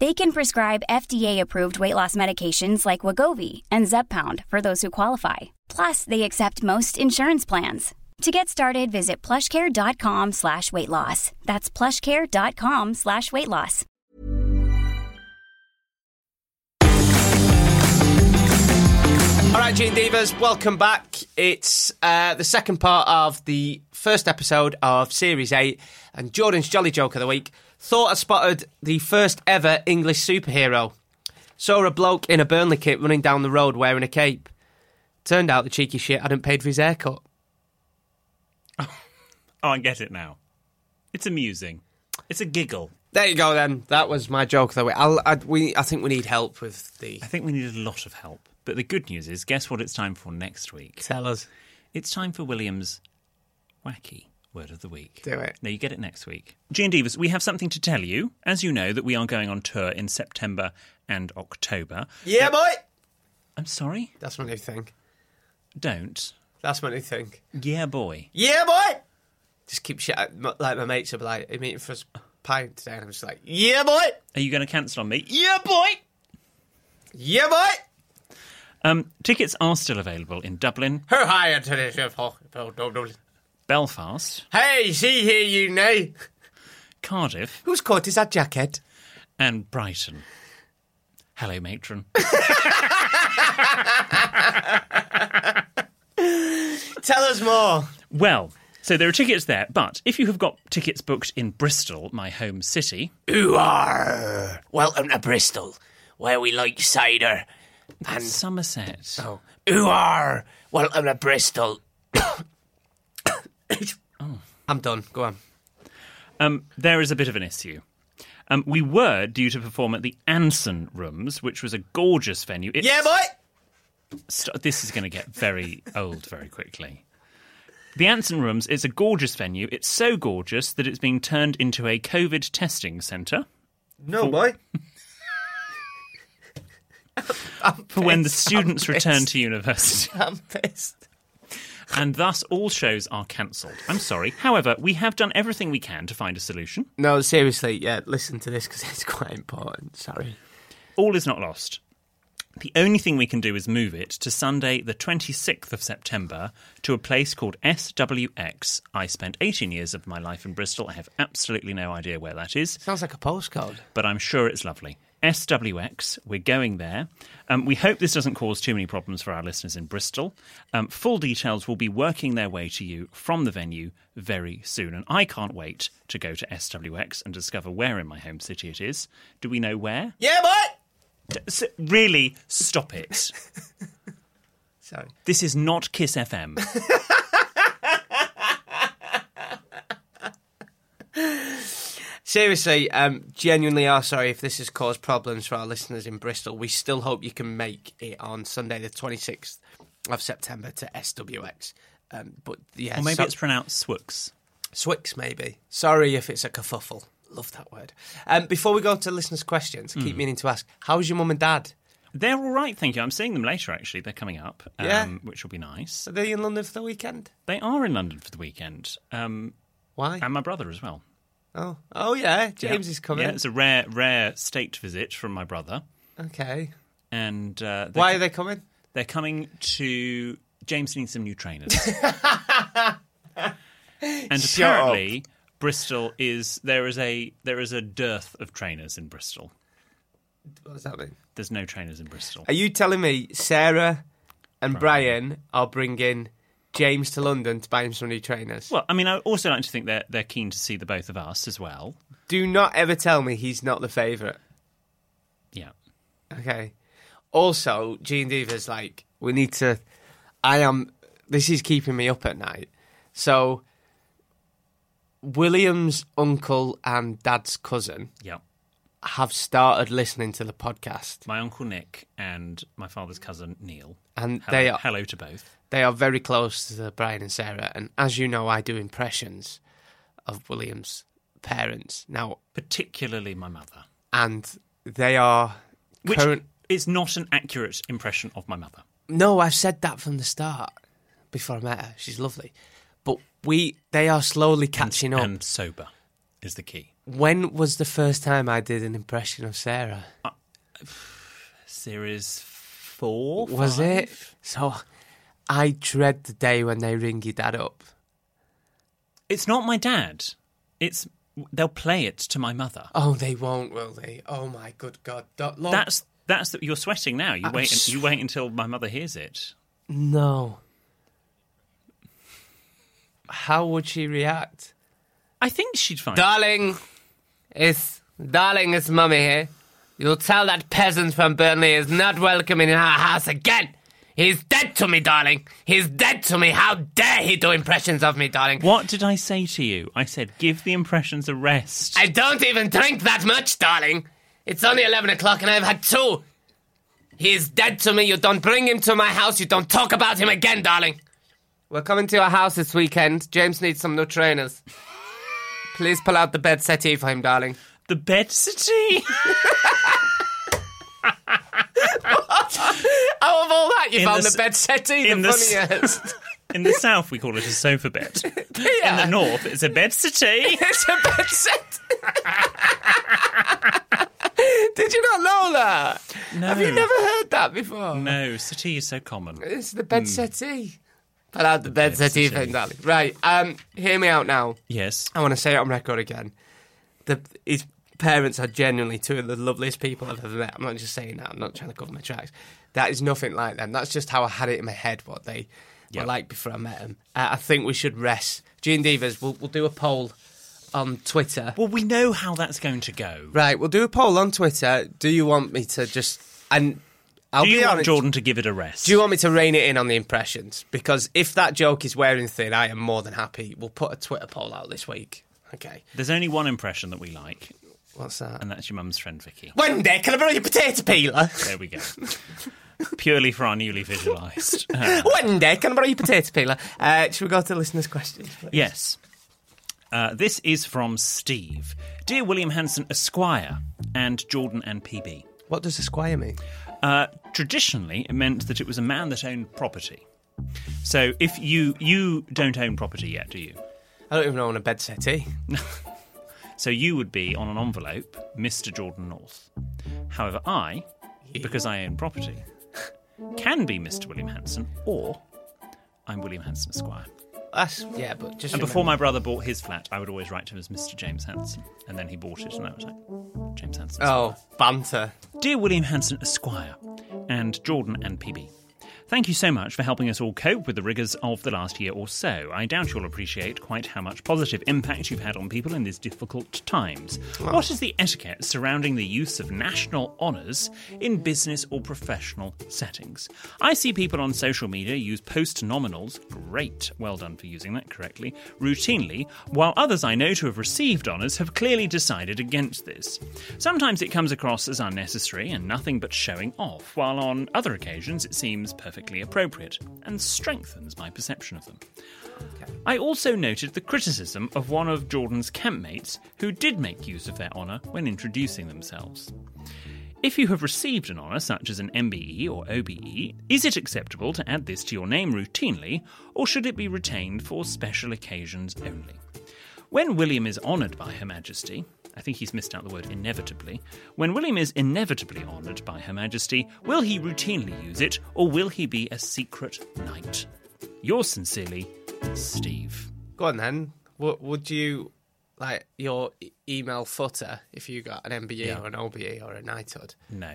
[SPEAKER 9] They can prescribe FDA-approved weight loss medications like Wagovi and Zepbound for those who qualify. Plus, they accept most insurance plans. To get started, visit plushcare.com slash weight loss. That's plushcare.com slash weight loss.
[SPEAKER 4] All right, Gene Divas, welcome back. It's uh, the second part of the first episode of Series 8 and Jordan's Jolly Joke of the Week. Thought I spotted the first ever English superhero. Saw a bloke in a Burnley kit running down the road wearing a cape. Turned out the cheeky shit hadn't paid for his haircut.
[SPEAKER 2] Oh, I get it now. It's amusing. It's a giggle.
[SPEAKER 4] There you go, then. That was my joke of the week. I'll, I, we, I think we need help with the.
[SPEAKER 2] I think we need a lot of help. But the good news is, guess what it's time for next week?
[SPEAKER 4] Tell us.
[SPEAKER 2] It's time for William's wacky word of the week.
[SPEAKER 4] Do it.
[SPEAKER 2] No, you get it next week. Gene Divas, we have something to tell you. As you know, that we are going on tour in September and October.
[SPEAKER 4] Yeah, boy!
[SPEAKER 2] I'm sorry?
[SPEAKER 4] That's my new thing.
[SPEAKER 2] Don't.
[SPEAKER 4] That's my new thing.
[SPEAKER 2] Yeah, boy.
[SPEAKER 4] Yeah, boy. Just keep shit. Like my mates are like, "I'm eating for a s- pint today," and I'm just like, "Yeah, boy.
[SPEAKER 2] Are you going to cancel on me?
[SPEAKER 4] Yeah, boy. Yeah, boy."
[SPEAKER 2] Um, tickets are still available in Dublin,
[SPEAKER 4] Who hired today's hospital?
[SPEAKER 2] Belfast,
[SPEAKER 4] Hey, see here, you nay.
[SPEAKER 2] Cardiff,
[SPEAKER 4] Who's caught is that jacket?
[SPEAKER 2] and Brighton. Hello, matron.
[SPEAKER 4] Tell us more.
[SPEAKER 2] well, so there are tickets there, but if you have got tickets booked in Bristol, my home city,
[SPEAKER 4] Ooh, arr. welcome to Bristol, where we like cider.
[SPEAKER 2] Somerset.
[SPEAKER 4] Oh, ooh, arr. welcome to Bristol. I'm done. Go on.
[SPEAKER 2] Um, there is a bit of an issue. Um, we were due to perform at the Anson Rooms, which was a gorgeous venue. It's-
[SPEAKER 4] Yeah, boy.
[SPEAKER 2] st- this is going to get very old very quickly. The Anson Rooms is a gorgeous venue. It's so gorgeous that it's being turned into a COVID testing centre.
[SPEAKER 4] No, boy.
[SPEAKER 2] for when the students return to university.
[SPEAKER 4] I'm pissed.
[SPEAKER 2] and thus all shows are cancelled. I'm sorry. However, we have done everything we can to find a solution.
[SPEAKER 4] No, seriously, yeah, listen to this because it's quite important. Sorry.
[SPEAKER 2] All is not lost. The only thing we can do is move it to Sunday, the 26th of September, to a place called SWX. I spent 18 years of my life in Bristol. I have absolutely no idea where that is.
[SPEAKER 4] Sounds like a postcode.
[SPEAKER 2] but I'm sure it's lovely. SWX, we're going there. Um, we hope this doesn't cause too many problems for our listeners in Bristol. Um, full details will be working their way to you from the venue very soon. And I can't wait to go to SWX and discover where in my home city it is. Do we know where?
[SPEAKER 4] Yeah, boy!
[SPEAKER 2] S- really, stop it.
[SPEAKER 4] Sorry.
[SPEAKER 2] This is not Kiss FM.
[SPEAKER 4] Seriously, um, genuinely are sorry if this has caused problems for our listeners in Bristol. We still hope you can make it on Sunday, the 26th of September, to SWX. Um, but yeah,
[SPEAKER 2] or maybe
[SPEAKER 4] so-
[SPEAKER 2] it's pronounced Swooks.
[SPEAKER 4] Swix, maybe. Sorry if it's a kerfuffle. Love that word. Um, before we go to listeners' questions, I keep meaning to ask, how's your mum and dad?
[SPEAKER 2] They're all right, thank you. I'm seeing them later, actually. They're coming up, um,
[SPEAKER 4] Yeah.
[SPEAKER 2] which will be nice.
[SPEAKER 4] Are they in London for the weekend?
[SPEAKER 2] They are in London for the weekend. Um,
[SPEAKER 4] Why?
[SPEAKER 2] and my brother as well.
[SPEAKER 4] oh, oh yeah, James
[SPEAKER 2] Yeah.
[SPEAKER 4] is coming.
[SPEAKER 2] Yeah, it's a rare, rare state visit from my brother,
[SPEAKER 4] Okay.
[SPEAKER 2] and uh, they're,
[SPEAKER 4] Why are they coming?
[SPEAKER 2] they're coming to. James needs some new trainers, and
[SPEAKER 4] Shut up.
[SPEAKER 2] apparently Bristol is there is a there is a dearth of trainers in Bristol.
[SPEAKER 4] What does that mean?
[SPEAKER 2] There's no trainers in Bristol.
[SPEAKER 4] Are you telling me Sarah and Brian are bringing James to London to buy him some new trainers?
[SPEAKER 2] Well, I mean, I also like to think they're they're keen to see the both of us as well.
[SPEAKER 4] Do not ever tell me he's not the favourite.
[SPEAKER 2] Yeah,
[SPEAKER 4] Okay. Also, Gene Diva's like, we need to. I am. This is keeping me up at night. So, William's uncle and dad's cousin
[SPEAKER 2] yeah.
[SPEAKER 4] have started listening to the podcast.
[SPEAKER 2] My uncle Nick and my father's cousin Neil,
[SPEAKER 4] And
[SPEAKER 2] hello,
[SPEAKER 4] they are-
[SPEAKER 2] hello to both.
[SPEAKER 4] They are very close to Brian and Sarah. And as you know, I do impressions of William's parents now,
[SPEAKER 2] particularly my mother,
[SPEAKER 4] and they are
[SPEAKER 2] which
[SPEAKER 4] current.
[SPEAKER 2] is not an accurate impression of my mother.
[SPEAKER 4] No, I've said that from the start before I met her. She's lovely. But we they are slowly catching up.
[SPEAKER 2] And sober is the key.
[SPEAKER 4] when was the first time I did an impression of Sarah?
[SPEAKER 2] Series four
[SPEAKER 4] Was
[SPEAKER 2] five?
[SPEAKER 4] it? So I dread the day when they ring your dad up.
[SPEAKER 2] It's not my dad. It's they'll play it to my mother.
[SPEAKER 4] Oh, they won't, will they? Oh my good God! Don't- Lord-
[SPEAKER 2] That's that's that you're sweating now. You wait.
[SPEAKER 4] s-
[SPEAKER 2] You wait until my mother hears it.
[SPEAKER 4] no. How would she react?
[SPEAKER 2] I think she'd find.
[SPEAKER 4] Darling, it's darling, it's mummy here. You'll tell that peasant from Burnley is not welcome in our house again. He's dead to me, darling. He's dead to me. How dare he do impressions of me, darling?
[SPEAKER 2] What did I say to you? I said give the impressions a rest.
[SPEAKER 4] I don't even drink that much, darling. It's only eleven o'clock, and I've had two. He is dead to me. You don't bring him to my house. You don't talk about him again, darling. We're coming to your house this weekend. James needs some new trainers. Please pull out the bed settee for him, darling.
[SPEAKER 2] the bed city.
[SPEAKER 4] Out Oh, of all that, you
[SPEAKER 2] In
[SPEAKER 4] found
[SPEAKER 2] the
[SPEAKER 4] the,
[SPEAKER 2] s-
[SPEAKER 4] bed settee
[SPEAKER 2] in
[SPEAKER 4] the,
[SPEAKER 2] the s-
[SPEAKER 4] funniest.
[SPEAKER 2] In the south, we call it a sofa bed. In
[SPEAKER 4] Yeah.
[SPEAKER 2] the north, it's a bed city.
[SPEAKER 4] it's a bed settee. Did you not know that?
[SPEAKER 2] No.
[SPEAKER 4] Have you never heard that before?
[SPEAKER 2] No, city is so common.
[SPEAKER 4] It's the bed settee. Pull out the bed settee
[SPEAKER 2] settee.
[SPEAKER 4] thing, darling. Right, um, hear me out now.
[SPEAKER 2] Yes.
[SPEAKER 4] I want to say it on record again. The, his parents are genuinely two of the loveliest people I've ever met. I'm not just saying that. I'm not trying to cover my tracks. That is nothing like them. That's just how I had it in my head what they
[SPEAKER 2] Yeah.
[SPEAKER 4] were like before I met them. Uh, I think we should rest. Gene Divas, we'll, we'll do a poll on Twitter.
[SPEAKER 2] Well, we know how that's going to go.
[SPEAKER 4] Right, we'll do a poll on Twitter. Do you want me to just and I'll
[SPEAKER 2] Do you
[SPEAKER 4] be
[SPEAKER 2] want
[SPEAKER 4] honest,
[SPEAKER 2] Jordan to give it a rest?
[SPEAKER 4] Do you want me to rein it in on the impressions? Because if that joke is wearing thin, I am more than happy. We'll put a Twitter poll out this week. Okay,
[SPEAKER 2] There's only one impression that we like,
[SPEAKER 4] what's that?
[SPEAKER 2] and that's your mum's friend Vicky.
[SPEAKER 4] Wendy, can I borrow your potato peeler?
[SPEAKER 2] There we go. Purely for our newly visualised. Uh,
[SPEAKER 4] Wendy, can I borrow your potato peeler? Uh, should we go to listeners' questions? please?
[SPEAKER 2] yes. Uh, this is from Steve. Dear William Hanson Esquire and Jordan and PB.
[SPEAKER 4] What does Esquire mean?
[SPEAKER 2] Uh, traditionally, it meant that it was a man that owned property. So if you you don't own property yet, do you?
[SPEAKER 4] I don't even know on a bed settee.
[SPEAKER 2] So you would be on an envelope, Mr. Jordan North. However, I, because I own property, can be Mr. William Hanson, or I'm William Hanson Esquire.
[SPEAKER 4] That's yeah, but just
[SPEAKER 2] And before
[SPEAKER 4] remember-
[SPEAKER 2] my brother bought his flat, I would always write to him as Mr. James Hanson, and then he bought it, and I was like, James Hanson.
[SPEAKER 4] oh banter.
[SPEAKER 2] Dear William Hanson Esquire and Jordan and PB, thank you so much for helping us all cope with the rigours of the last year or so. I doubt you'll appreciate quite how much positive impact you've had on people in these difficult times. What is the etiquette surrounding the use of national honours in business or professional settings? I see people on social media use post nominals, great, well done for using that correctly, routinely, while others I know to have received honours have clearly decided against this. Sometimes it comes across as unnecessary and nothing but showing off, while on other occasions it seems perfectly appropriate and strengthens my perception of them. I also noted the criticism of one of Jordan's campmates who did make use of their honour when introducing themselves. If you have received an honour such as an MBE or OBE, is it acceptable to add this to your name routinely, or should it be retained for special occasions only? When William is honoured by Her Majesty, I think he's missed out the word inevitably. When William is inevitably honoured by Her Majesty, will he routinely use it, or will he be a secret knight? Yours sincerely, Steve.
[SPEAKER 4] Go on then. What would you like your e- email footer if you got an MBE or an OBE or a knighthood?
[SPEAKER 2] No,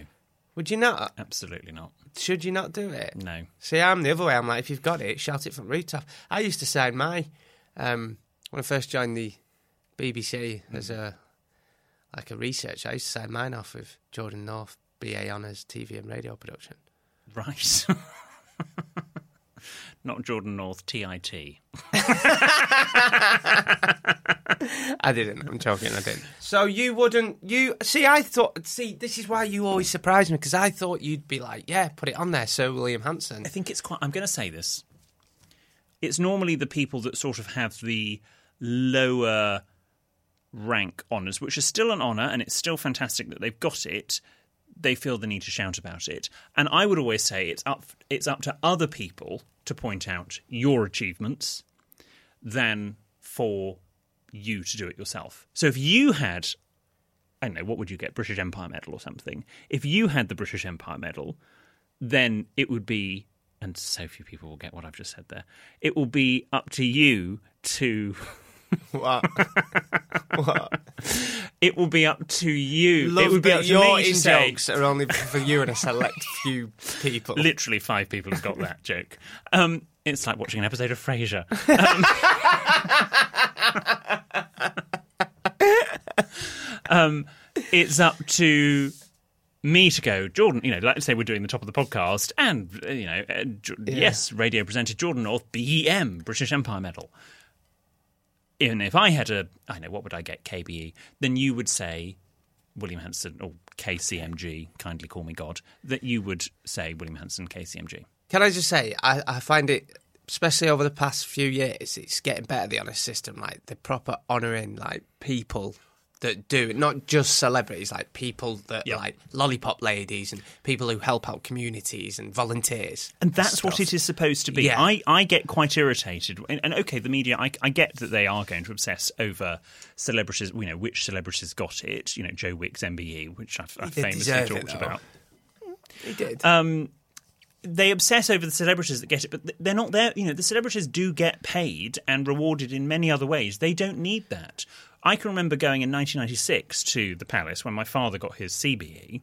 [SPEAKER 4] Would you not?
[SPEAKER 2] absolutely not.
[SPEAKER 4] Should you not do it?
[SPEAKER 2] No.
[SPEAKER 4] See, I'm the other way. I'm like, if you've got it, shout it from rooftop. I used to sign my um, when I first joined the BBC as a like a researcher. I used to sign mine off with Jordan North, BA Honours, TV and Radio Production.
[SPEAKER 2] Right. not Jordan North, TIT.
[SPEAKER 4] I didn't. I'm joking. I didn't. So you wouldn't. You see, I thought. See, this is why you always surprise me because I thought you'd be like, yeah, put it on there. So William Hanson.
[SPEAKER 2] I think it's quite. I'm going to say this. It's normally the people that sort of have the lower rank honours, which is still an honour and it's still fantastic that they've got it. They feel the need to shout about it, and I would always say it's up. It's up to other people to point out your achievements than for you to do it yourself. So if you had I don't know, what would you get? British Empire Medal or something. If you had the British Empire Medal, then it would be, and so few people will get what I've just said there, it will be up to you to,
[SPEAKER 4] What? what?
[SPEAKER 2] it will be up to you.
[SPEAKER 4] Love
[SPEAKER 2] it would be
[SPEAKER 4] that
[SPEAKER 2] up to
[SPEAKER 4] your
[SPEAKER 2] me
[SPEAKER 4] in
[SPEAKER 2] to say,
[SPEAKER 4] jokes are only for you and a select few people.
[SPEAKER 2] Literally five people have got that joke. Um, it's like watching an episode of Frasier. Um, um, it's up to me to go, Jordan. You know, like say we're doing the top of the podcast, and uh, you know, uh, J- yes, radio presenter Jordan North, BEM, British Empire Medal. Even if I had a, I know what would I get KBE, then you would say William Hanson or KCMG, kindly call me God, that you would say William Hanson KCMG.
[SPEAKER 4] Can I just say, I, I find it, especially over the past few years, it's getting better, the honour system. Like, the proper honouring, like, people that do it, not just celebrities, like, people that,
[SPEAKER 2] Yeah.
[SPEAKER 4] like, lollipop ladies and people who help out communities and volunteers.
[SPEAKER 2] And that's what
[SPEAKER 4] stuff.
[SPEAKER 2] it is supposed to be.
[SPEAKER 4] Yeah.
[SPEAKER 2] I, I get quite irritated. And, and okay, the media, I, I get that they are going to obsess over celebrities, you know, which celebrities got it, you know, Joe Wick's MBE, which I've, I've
[SPEAKER 4] did
[SPEAKER 2] famously
[SPEAKER 4] deserve it,
[SPEAKER 2] talked
[SPEAKER 4] though.
[SPEAKER 2] about.
[SPEAKER 4] He did.
[SPEAKER 2] They obsess over the celebrities that get it, but th- they're not there. You know, the celebrities do get paid and rewarded in many other ways. They don't need that. I can remember going in 1996 to the Palace when my father got his CBE.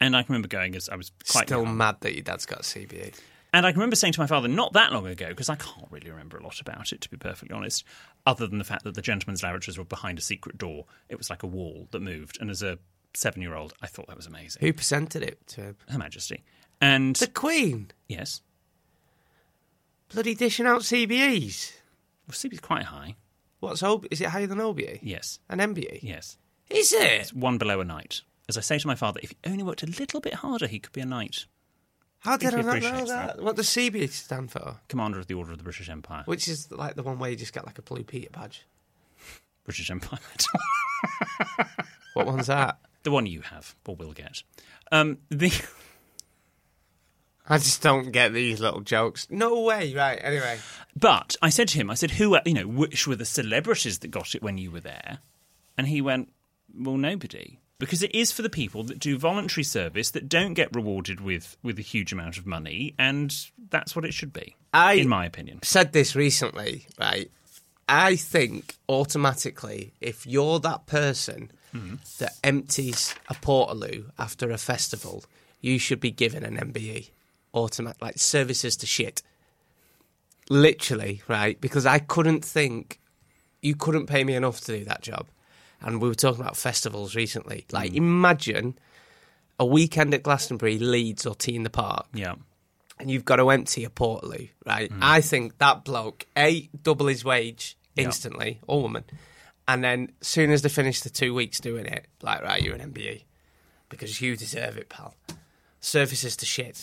[SPEAKER 2] And I can remember going as I was quite
[SPEAKER 4] Still
[SPEAKER 2] young.
[SPEAKER 4] mad that your dad's got a E. CBE.
[SPEAKER 2] And I can remember saying to my father not that long ago, because I can't really remember a lot about it, to be perfectly honest, other than the fact that the gentlemen's laboratories were behind a secret door. It was like a wall that moved. And as a seven year old, I thought that was amazing.
[SPEAKER 4] Who presented it to him?
[SPEAKER 2] Her Majesty. And
[SPEAKER 4] The Queen.
[SPEAKER 2] yes,
[SPEAKER 4] Bloody dishing out CBEs.
[SPEAKER 2] well, CB's quite high.
[SPEAKER 4] What's OB? Is it higher than OBE?
[SPEAKER 2] Yes,
[SPEAKER 4] An MBE?
[SPEAKER 2] yes.
[SPEAKER 4] Is it?
[SPEAKER 2] It's one below a knight. As I say to my father, if he only worked a little bit harder, he could be a knight.
[SPEAKER 4] How did
[SPEAKER 2] he
[SPEAKER 4] I not know
[SPEAKER 2] appreciates
[SPEAKER 4] that?
[SPEAKER 2] that.
[SPEAKER 4] What does CBE stand for?
[SPEAKER 2] Commander of the Order of the British Empire.
[SPEAKER 4] Which is like the one where you just get like a blue Peter badge.
[SPEAKER 2] British Empire Medal.
[SPEAKER 4] What one's that?
[SPEAKER 2] the one you have or will get. Um, the
[SPEAKER 4] I just don't get these little jokes. No way. Right. Anyway.
[SPEAKER 2] but I said to him, I said, who, you know, which were the celebrities that got it when you were there? And he went, well, nobody, because it is for the people that do voluntary service that don't get rewarded with with a huge amount of money, and that's what it should be,
[SPEAKER 4] I-
[SPEAKER 2] in my opinion.
[SPEAKER 4] said this recently, right? I think automatically, if you're that person that empties a portaloo after a festival, you should be given an MBE, automatic like services to shit. Literally, right? Because I couldn't think you couldn't pay me enough to do that job. And we were talking about festivals recently. Like, imagine a weekend at Glastonbury, Leeds, or Tea in the Park
[SPEAKER 2] Yeah,
[SPEAKER 4] and you've got to empty a portaloo, right? I think that bloke, A, double his wage instantly, or woman. And then soon as they finish the two weeks doing it, like, right, you're an MBE. Because you deserve it, pal. Services to shit.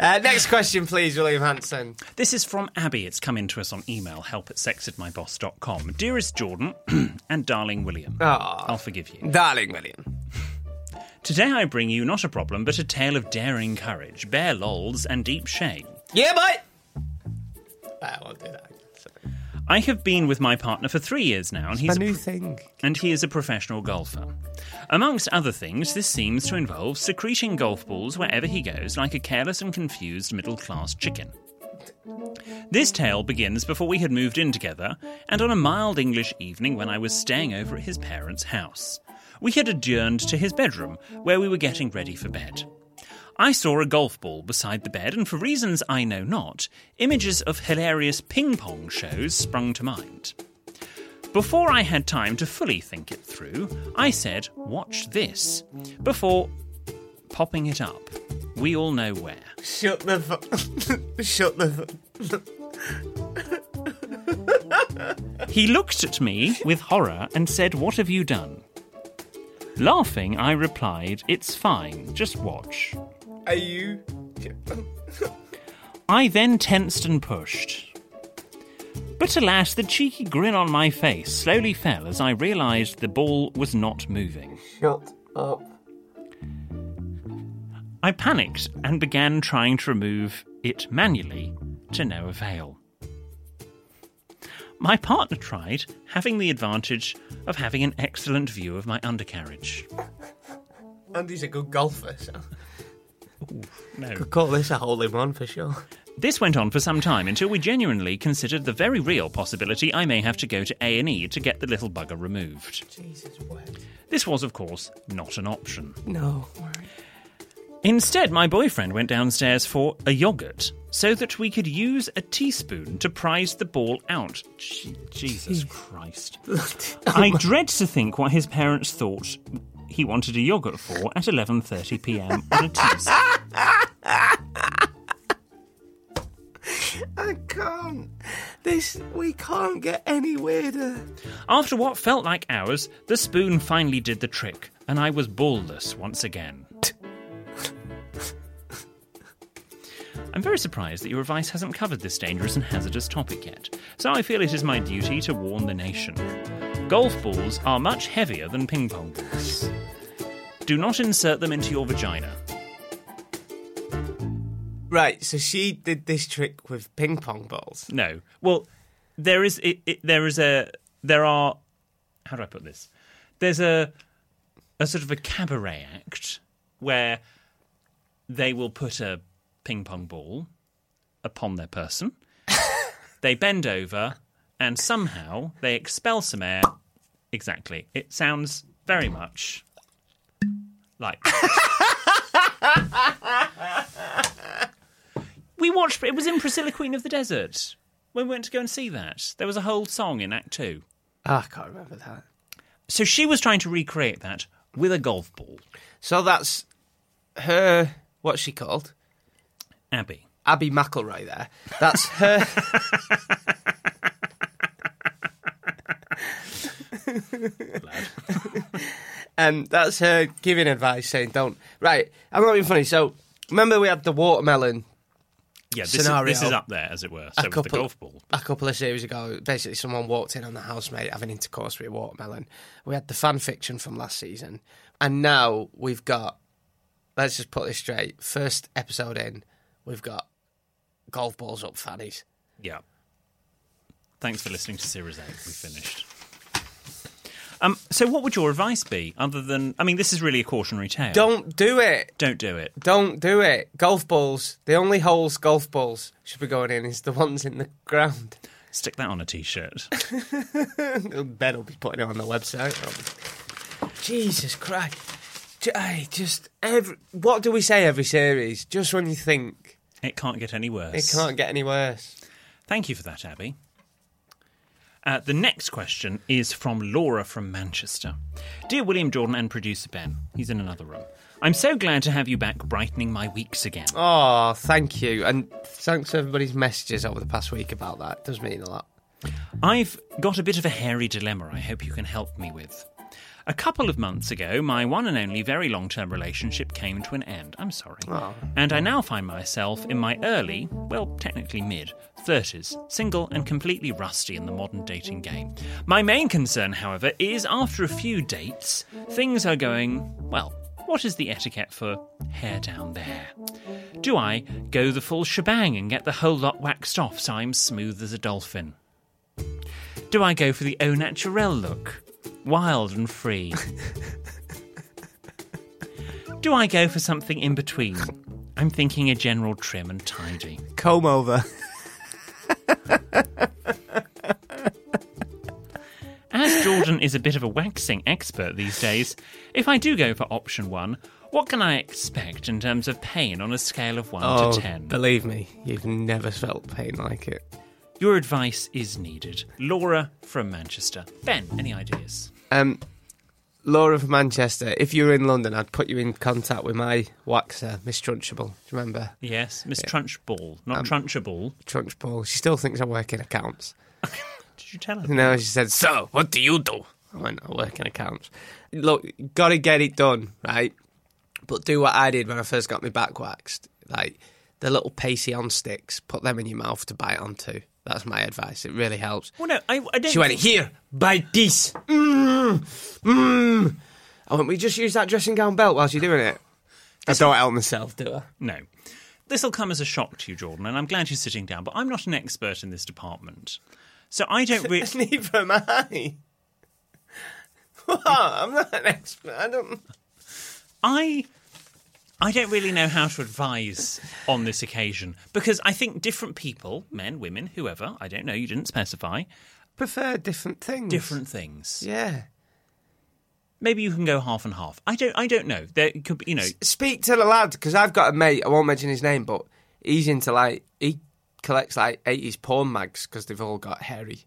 [SPEAKER 4] Uh, next question, please, William Hanson.
[SPEAKER 2] This is from Abby. It's come in to us on email, help at sexedmyboss.com. Dearest Jordan and darling William,
[SPEAKER 4] Ah.
[SPEAKER 2] I'll forgive you.
[SPEAKER 4] Darling William.
[SPEAKER 2] Today I bring you not a problem, but a tale of daring courage, bare lols, and deep shame.
[SPEAKER 4] Yeah, mate! I won't do that. Sorry.
[SPEAKER 2] I have been with my partner for three years now, and
[SPEAKER 4] My
[SPEAKER 2] he's
[SPEAKER 4] new thing.
[SPEAKER 2] and he is a professional golfer. Amongst other things, this seems to involve secreting golf balls wherever he goes like a careless and confused middle class chicken. This tale begins before we had moved in together, and on a mild English evening when I was staying over at his parents' house. We had adjourned to his bedroom, where we were getting ready for bed. I saw a golf ball beside the bed, and for reasons I know not, images of hilarious ping pong shows sprung to mind. Before I had time to fully think it through, I said, Watch this, before popping it up. We all know where.
[SPEAKER 4] Shut the fu- Shut the fu-
[SPEAKER 2] He looked at me with horror and said, What have you done? Laughing, I replied, It's fine, just watch.
[SPEAKER 4] Are you.
[SPEAKER 2] I then tensed and pushed. But alas, the cheeky grin on my face slowly fell as I realised the ball was not moving.
[SPEAKER 4] Shut up.
[SPEAKER 2] I panicked and began trying to remove it manually to no avail. My partner tried, having the advantage of having an excellent view of my undercarriage.
[SPEAKER 4] Andy's a good golfer, so.
[SPEAKER 2] No.
[SPEAKER 4] Could call this a hole in one for sure.
[SPEAKER 2] This went on for some time until we genuinely considered the very real possibility I may have to go to A&E to get the little bugger removed.
[SPEAKER 4] Jesus, what?
[SPEAKER 2] This was of course not an option.
[SPEAKER 4] No.
[SPEAKER 2] Instead, my boyfriend went downstairs for a yogurt so that we could use a teaspoon to prise the ball out. Je- Jesus Christ. I dread to think what his parents thought he wanted a yogurt for at 11:30 p.m. on a Tuesday.
[SPEAKER 4] I can't. This we can't get any weirder.
[SPEAKER 2] After what felt like hours, the spoon finally did the trick, and I was ballless once again. I'm very surprised that your advice hasn't covered this dangerous and hazardous topic yet, so I feel it is my duty to warn the nation. Golf balls are much heavier than ping pong balls. Do not insert them into your vagina.
[SPEAKER 4] Right, so she did this trick with ping pong balls.
[SPEAKER 2] No. Well, there is it, it, there is a there are how do I put this? There's a a sort of a cabaret act where they will put a ping pong ball upon their person. they bend over and somehow they expel some air. Exactly. It sounds very much like We watched. It was in Priscilla, Queen of the Desert. When we went to go and see that, there was a whole song in Act Two.
[SPEAKER 4] Ah, I can't remember that.
[SPEAKER 2] So she was trying to recreate that with a golf ball.
[SPEAKER 4] So that's her. What's she called?
[SPEAKER 2] Abby,
[SPEAKER 4] Abby McElroy. There. That's her. um, that's her giving advice, saying don't. Right, I'm not being funny. So remember, we had the watermelon
[SPEAKER 2] Yeah, this,
[SPEAKER 4] scenario.
[SPEAKER 2] Is, this is up there, as it were. So with the golf ball.
[SPEAKER 4] A couple of series ago, basically someone walked in on the housemate having intercourse with a watermelon. We had the fan fiction from last season, and now we've got. Let's just put this straight. First episode in, we've got golf balls up fannies.
[SPEAKER 2] Yeah. Thanks for listening to Series 8. We finished. Um, so, what would your advice be other than? I mean, this is really a cautionary tale.
[SPEAKER 4] Don't do it.
[SPEAKER 2] don't do it.
[SPEAKER 4] Don't do it. Golf balls. The only holes golf balls should be going in is the ones in the ground.
[SPEAKER 2] Stick that on a t-shirt.
[SPEAKER 4] Ben will be putting it on the website. Jesus Christ. J- I just every, what do we say every series? Just when you think
[SPEAKER 2] It can't get any
[SPEAKER 4] it
[SPEAKER 2] worse.
[SPEAKER 4] can't get any worse.
[SPEAKER 2] Thank you for that, Abby. Uh, the next question is from Laura from Manchester. Dear William Jordan and producer Ben, he's in another room. I'm so glad to have you back, brightening my weeks again.
[SPEAKER 4] Oh, thank you. And thanks for everybody's messages over the past week about that. It does mean a lot.
[SPEAKER 2] I've got a bit of a hairy dilemma I hope you can help me with. A couple of months ago, my one and only very long term relationship came to an end. I'm sorry. And I now find myself in my early, well, technically mid, 30s, single and completely rusty in the modern dating game. My main concern, however, is after a few dates, things are going, well, what is the etiquette for hair down there? Do I go the full shebang and get the whole lot waxed off so I'm smooth as a dolphin? Do I go for the au naturel look? Wild and free. Do I go for something in between? I'm thinking a general trim and tidy.
[SPEAKER 4] Comb over.
[SPEAKER 2] As Jordan is a bit of a waxing expert these days, if I do go for option one, what can I expect in terms of pain on a scale of 1
[SPEAKER 4] Oh,
[SPEAKER 2] to 10?
[SPEAKER 4] believe me, you've never felt pain like it.
[SPEAKER 2] Your advice is needed. Laura from Manchester. Ben, any ideas?
[SPEAKER 4] Um, Laura from Manchester, if you were in London, I'd put you in contact with my waxer, Miss Trunchable. Do you remember?
[SPEAKER 2] Yes, Miss Trunchbull, not
[SPEAKER 4] Um,
[SPEAKER 2] Trunchable.
[SPEAKER 4] Trunchbull. She still thinks I work in accounts.
[SPEAKER 2] Did you tell her?
[SPEAKER 4] You know, she said, So, what do you do? I went, I work in accounts. Look, gotta get it done, right? But do what I did when I first got my back waxed. Like, the little pacey on sticks, put them in your mouth to bite onto. That's my advice. It really helps.
[SPEAKER 2] Well, no, I, I don't.
[SPEAKER 4] She went,
[SPEAKER 2] think-
[SPEAKER 4] Here, bite this. Mmm, mmm. I went, We just use that dressing gown belt whilst you're doing it. I don't help myself, do I?
[SPEAKER 2] No. This will come as a shock to you, Jordan, and I'm glad you're sitting down, but I'm not an expert in this department. So I don't really.
[SPEAKER 4] Neither am I. What? I'm not an expert. I don't.
[SPEAKER 2] I. I don't really know how to advise on this occasion because I think different people, men, women, whoever, I don't know, you didn't specify,
[SPEAKER 4] prefer different things.
[SPEAKER 2] different things.
[SPEAKER 4] Yeah.
[SPEAKER 2] Maybe you can go half and half. I don't I don't know. There could be, you know,
[SPEAKER 4] Speak to the lad because I've got a mate. I won't mention his name, but he's into like he collects like eighties porn mags because they've all got hairy.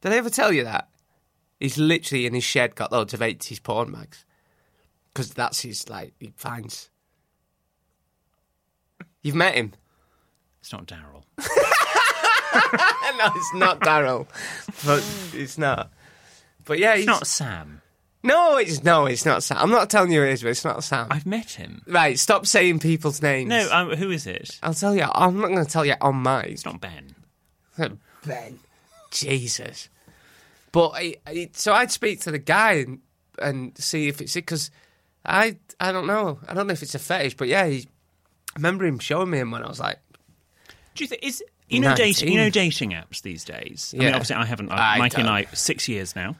[SPEAKER 4] Did I ever tell you that? He's literally in his shed got loads of eighties porn mags because that's his like he finds. You've met him.
[SPEAKER 2] it's not Daryl.
[SPEAKER 4] no, it's not Daryl, but it's not. But yeah, he's,
[SPEAKER 2] It's not Sam.
[SPEAKER 4] No, it's no, it's not Sam. I'm not telling you it is, but it's not Sam.
[SPEAKER 2] I've met him.
[SPEAKER 4] Right, stop saying people's names.
[SPEAKER 2] No, um, who is it?
[SPEAKER 4] I'll tell you. I'm not going to tell you on mine.
[SPEAKER 2] It's not Ben.
[SPEAKER 4] Ben. Jesus. But I, I, so I'd speak to the guy and, and see if it's it because I I don't know. I don't know if it's a fetish, but yeah, he, I remember him showing me him when I was like,
[SPEAKER 2] Do you think is you know
[SPEAKER 4] 19.
[SPEAKER 2] dating you know dating apps these days? I mean,
[SPEAKER 4] Yeah.
[SPEAKER 2] obviously I haven't. I,
[SPEAKER 4] I
[SPEAKER 2] Mike and
[SPEAKER 4] don't.
[SPEAKER 2] I six years now.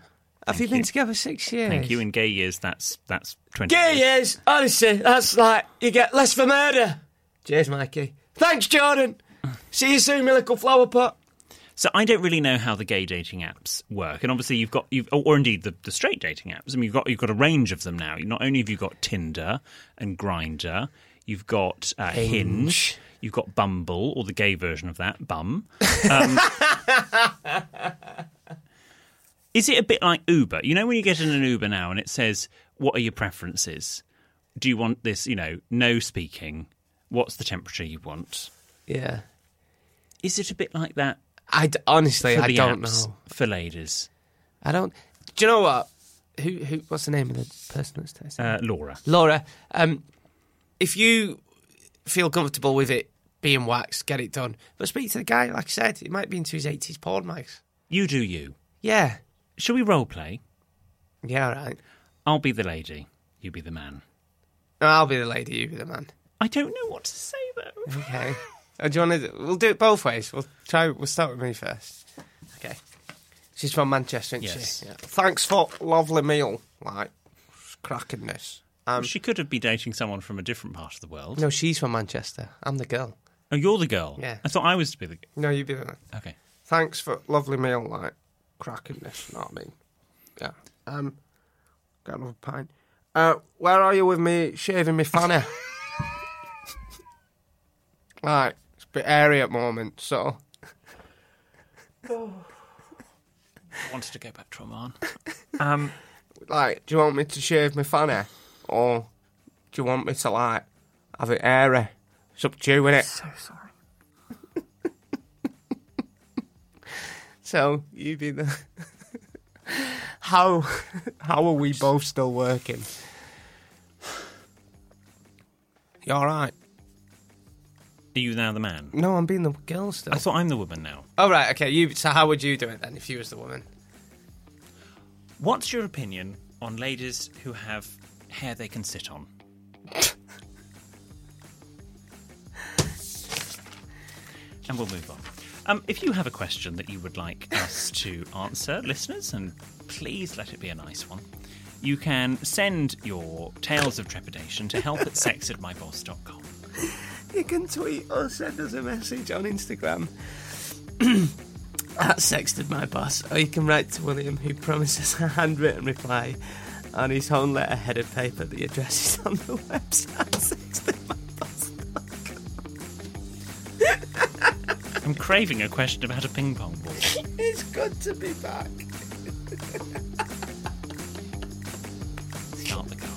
[SPEAKER 4] "Have you, been together six years?"
[SPEAKER 2] Thank you. In gay years, that's that's twenty.
[SPEAKER 4] Yeah,
[SPEAKER 2] years.
[SPEAKER 4] yes. Honestly, that's like you get less for murder. Cheers, Mikey. Thanks, Jordan. See you soon, my little flower pot.
[SPEAKER 2] So I don't really know how the gay dating apps work, and obviously you've got you've oh, or or indeed the, the straight dating apps. I mean, you've got you've got a range of them now. You- Not only have you got Tinder and Grinder, you've got uh, Hinge. you've got Bumble or the gay version of that, Bum. Um, is it a bit like Uber? You know, when you get in an Uber now and it says, "What are your preferences? Do you want this? You know, no speaking. What's the temperature you want?"
[SPEAKER 4] Yeah.
[SPEAKER 2] Is it a bit like that?
[SPEAKER 4] I d- honestly,
[SPEAKER 2] for
[SPEAKER 4] I
[SPEAKER 2] the
[SPEAKER 4] don't
[SPEAKER 2] apps
[SPEAKER 4] know.
[SPEAKER 2] for ladies.
[SPEAKER 4] I don't. Do you know what? Who? Who? What's the name of the person that's testing?
[SPEAKER 2] Uh, Laura,
[SPEAKER 4] Laura. Um, if you feel comfortable with it being waxed, get it done. But speak to the guy, like I said, he might be into his 80s porn mags.
[SPEAKER 2] You do you.
[SPEAKER 4] Yeah.
[SPEAKER 2] Shall we role play?
[SPEAKER 4] Yeah, all right.
[SPEAKER 2] I'll be the lady. You be the man.
[SPEAKER 4] I'll be the lady, you be the man.
[SPEAKER 2] I don't know what to say though.
[SPEAKER 4] Okay. Uh, do you want to? We'll do it both ways. We'll try. We'll start with me first. Okay. She's from Manchester, isn't
[SPEAKER 2] Yes.
[SPEAKER 4] she? Yeah. Thanks for lovely meal. Like, it's cracking this. Um,
[SPEAKER 2] she could have been dating someone from a different part of the world.
[SPEAKER 4] no, she's from Manchester. I'm the girl.
[SPEAKER 2] Oh, you're the girl.
[SPEAKER 4] Yeah.
[SPEAKER 2] I thought I was to be the.
[SPEAKER 4] No, you be the man.
[SPEAKER 2] Okay.
[SPEAKER 4] Thanks for lovely meal. Like, cracking this. You know what I mean? Yeah. Um, got another pint. Uh, where are you with me shaving me fanny? right, it's a bit airy at the moment, so.
[SPEAKER 2] I wanted to go back to Oman. Um,
[SPEAKER 4] like, do you want me to shave my fanny? Or do you want me to, like, have it airy? It's up to you, innit? So sorry. so, you be the. how, how are we both still working? You alright?
[SPEAKER 2] are you now the man?
[SPEAKER 4] No, I'm being the girl still.
[SPEAKER 2] I thought I'm the woman now.
[SPEAKER 4] oh, right, okay. You, so, how would you do it then if you was the woman?
[SPEAKER 2] What's your opinion on ladies who have hair they can sit on? and we'll move on. Um, if you have a question that you would like us to answer, listeners, and please let it be a nice one, you can send your tales of trepidation to help at sexedmyboss.com.
[SPEAKER 4] You can tweet or send us a message on Instagram at Sexted My Boss, or you can write to William, who promises a handwritten reply on his own letter headed paper. The address is on the website sextedmyboss.com.
[SPEAKER 2] I'm craving a question about a ping pong ball.
[SPEAKER 4] It's good to be back.
[SPEAKER 2] Start the car.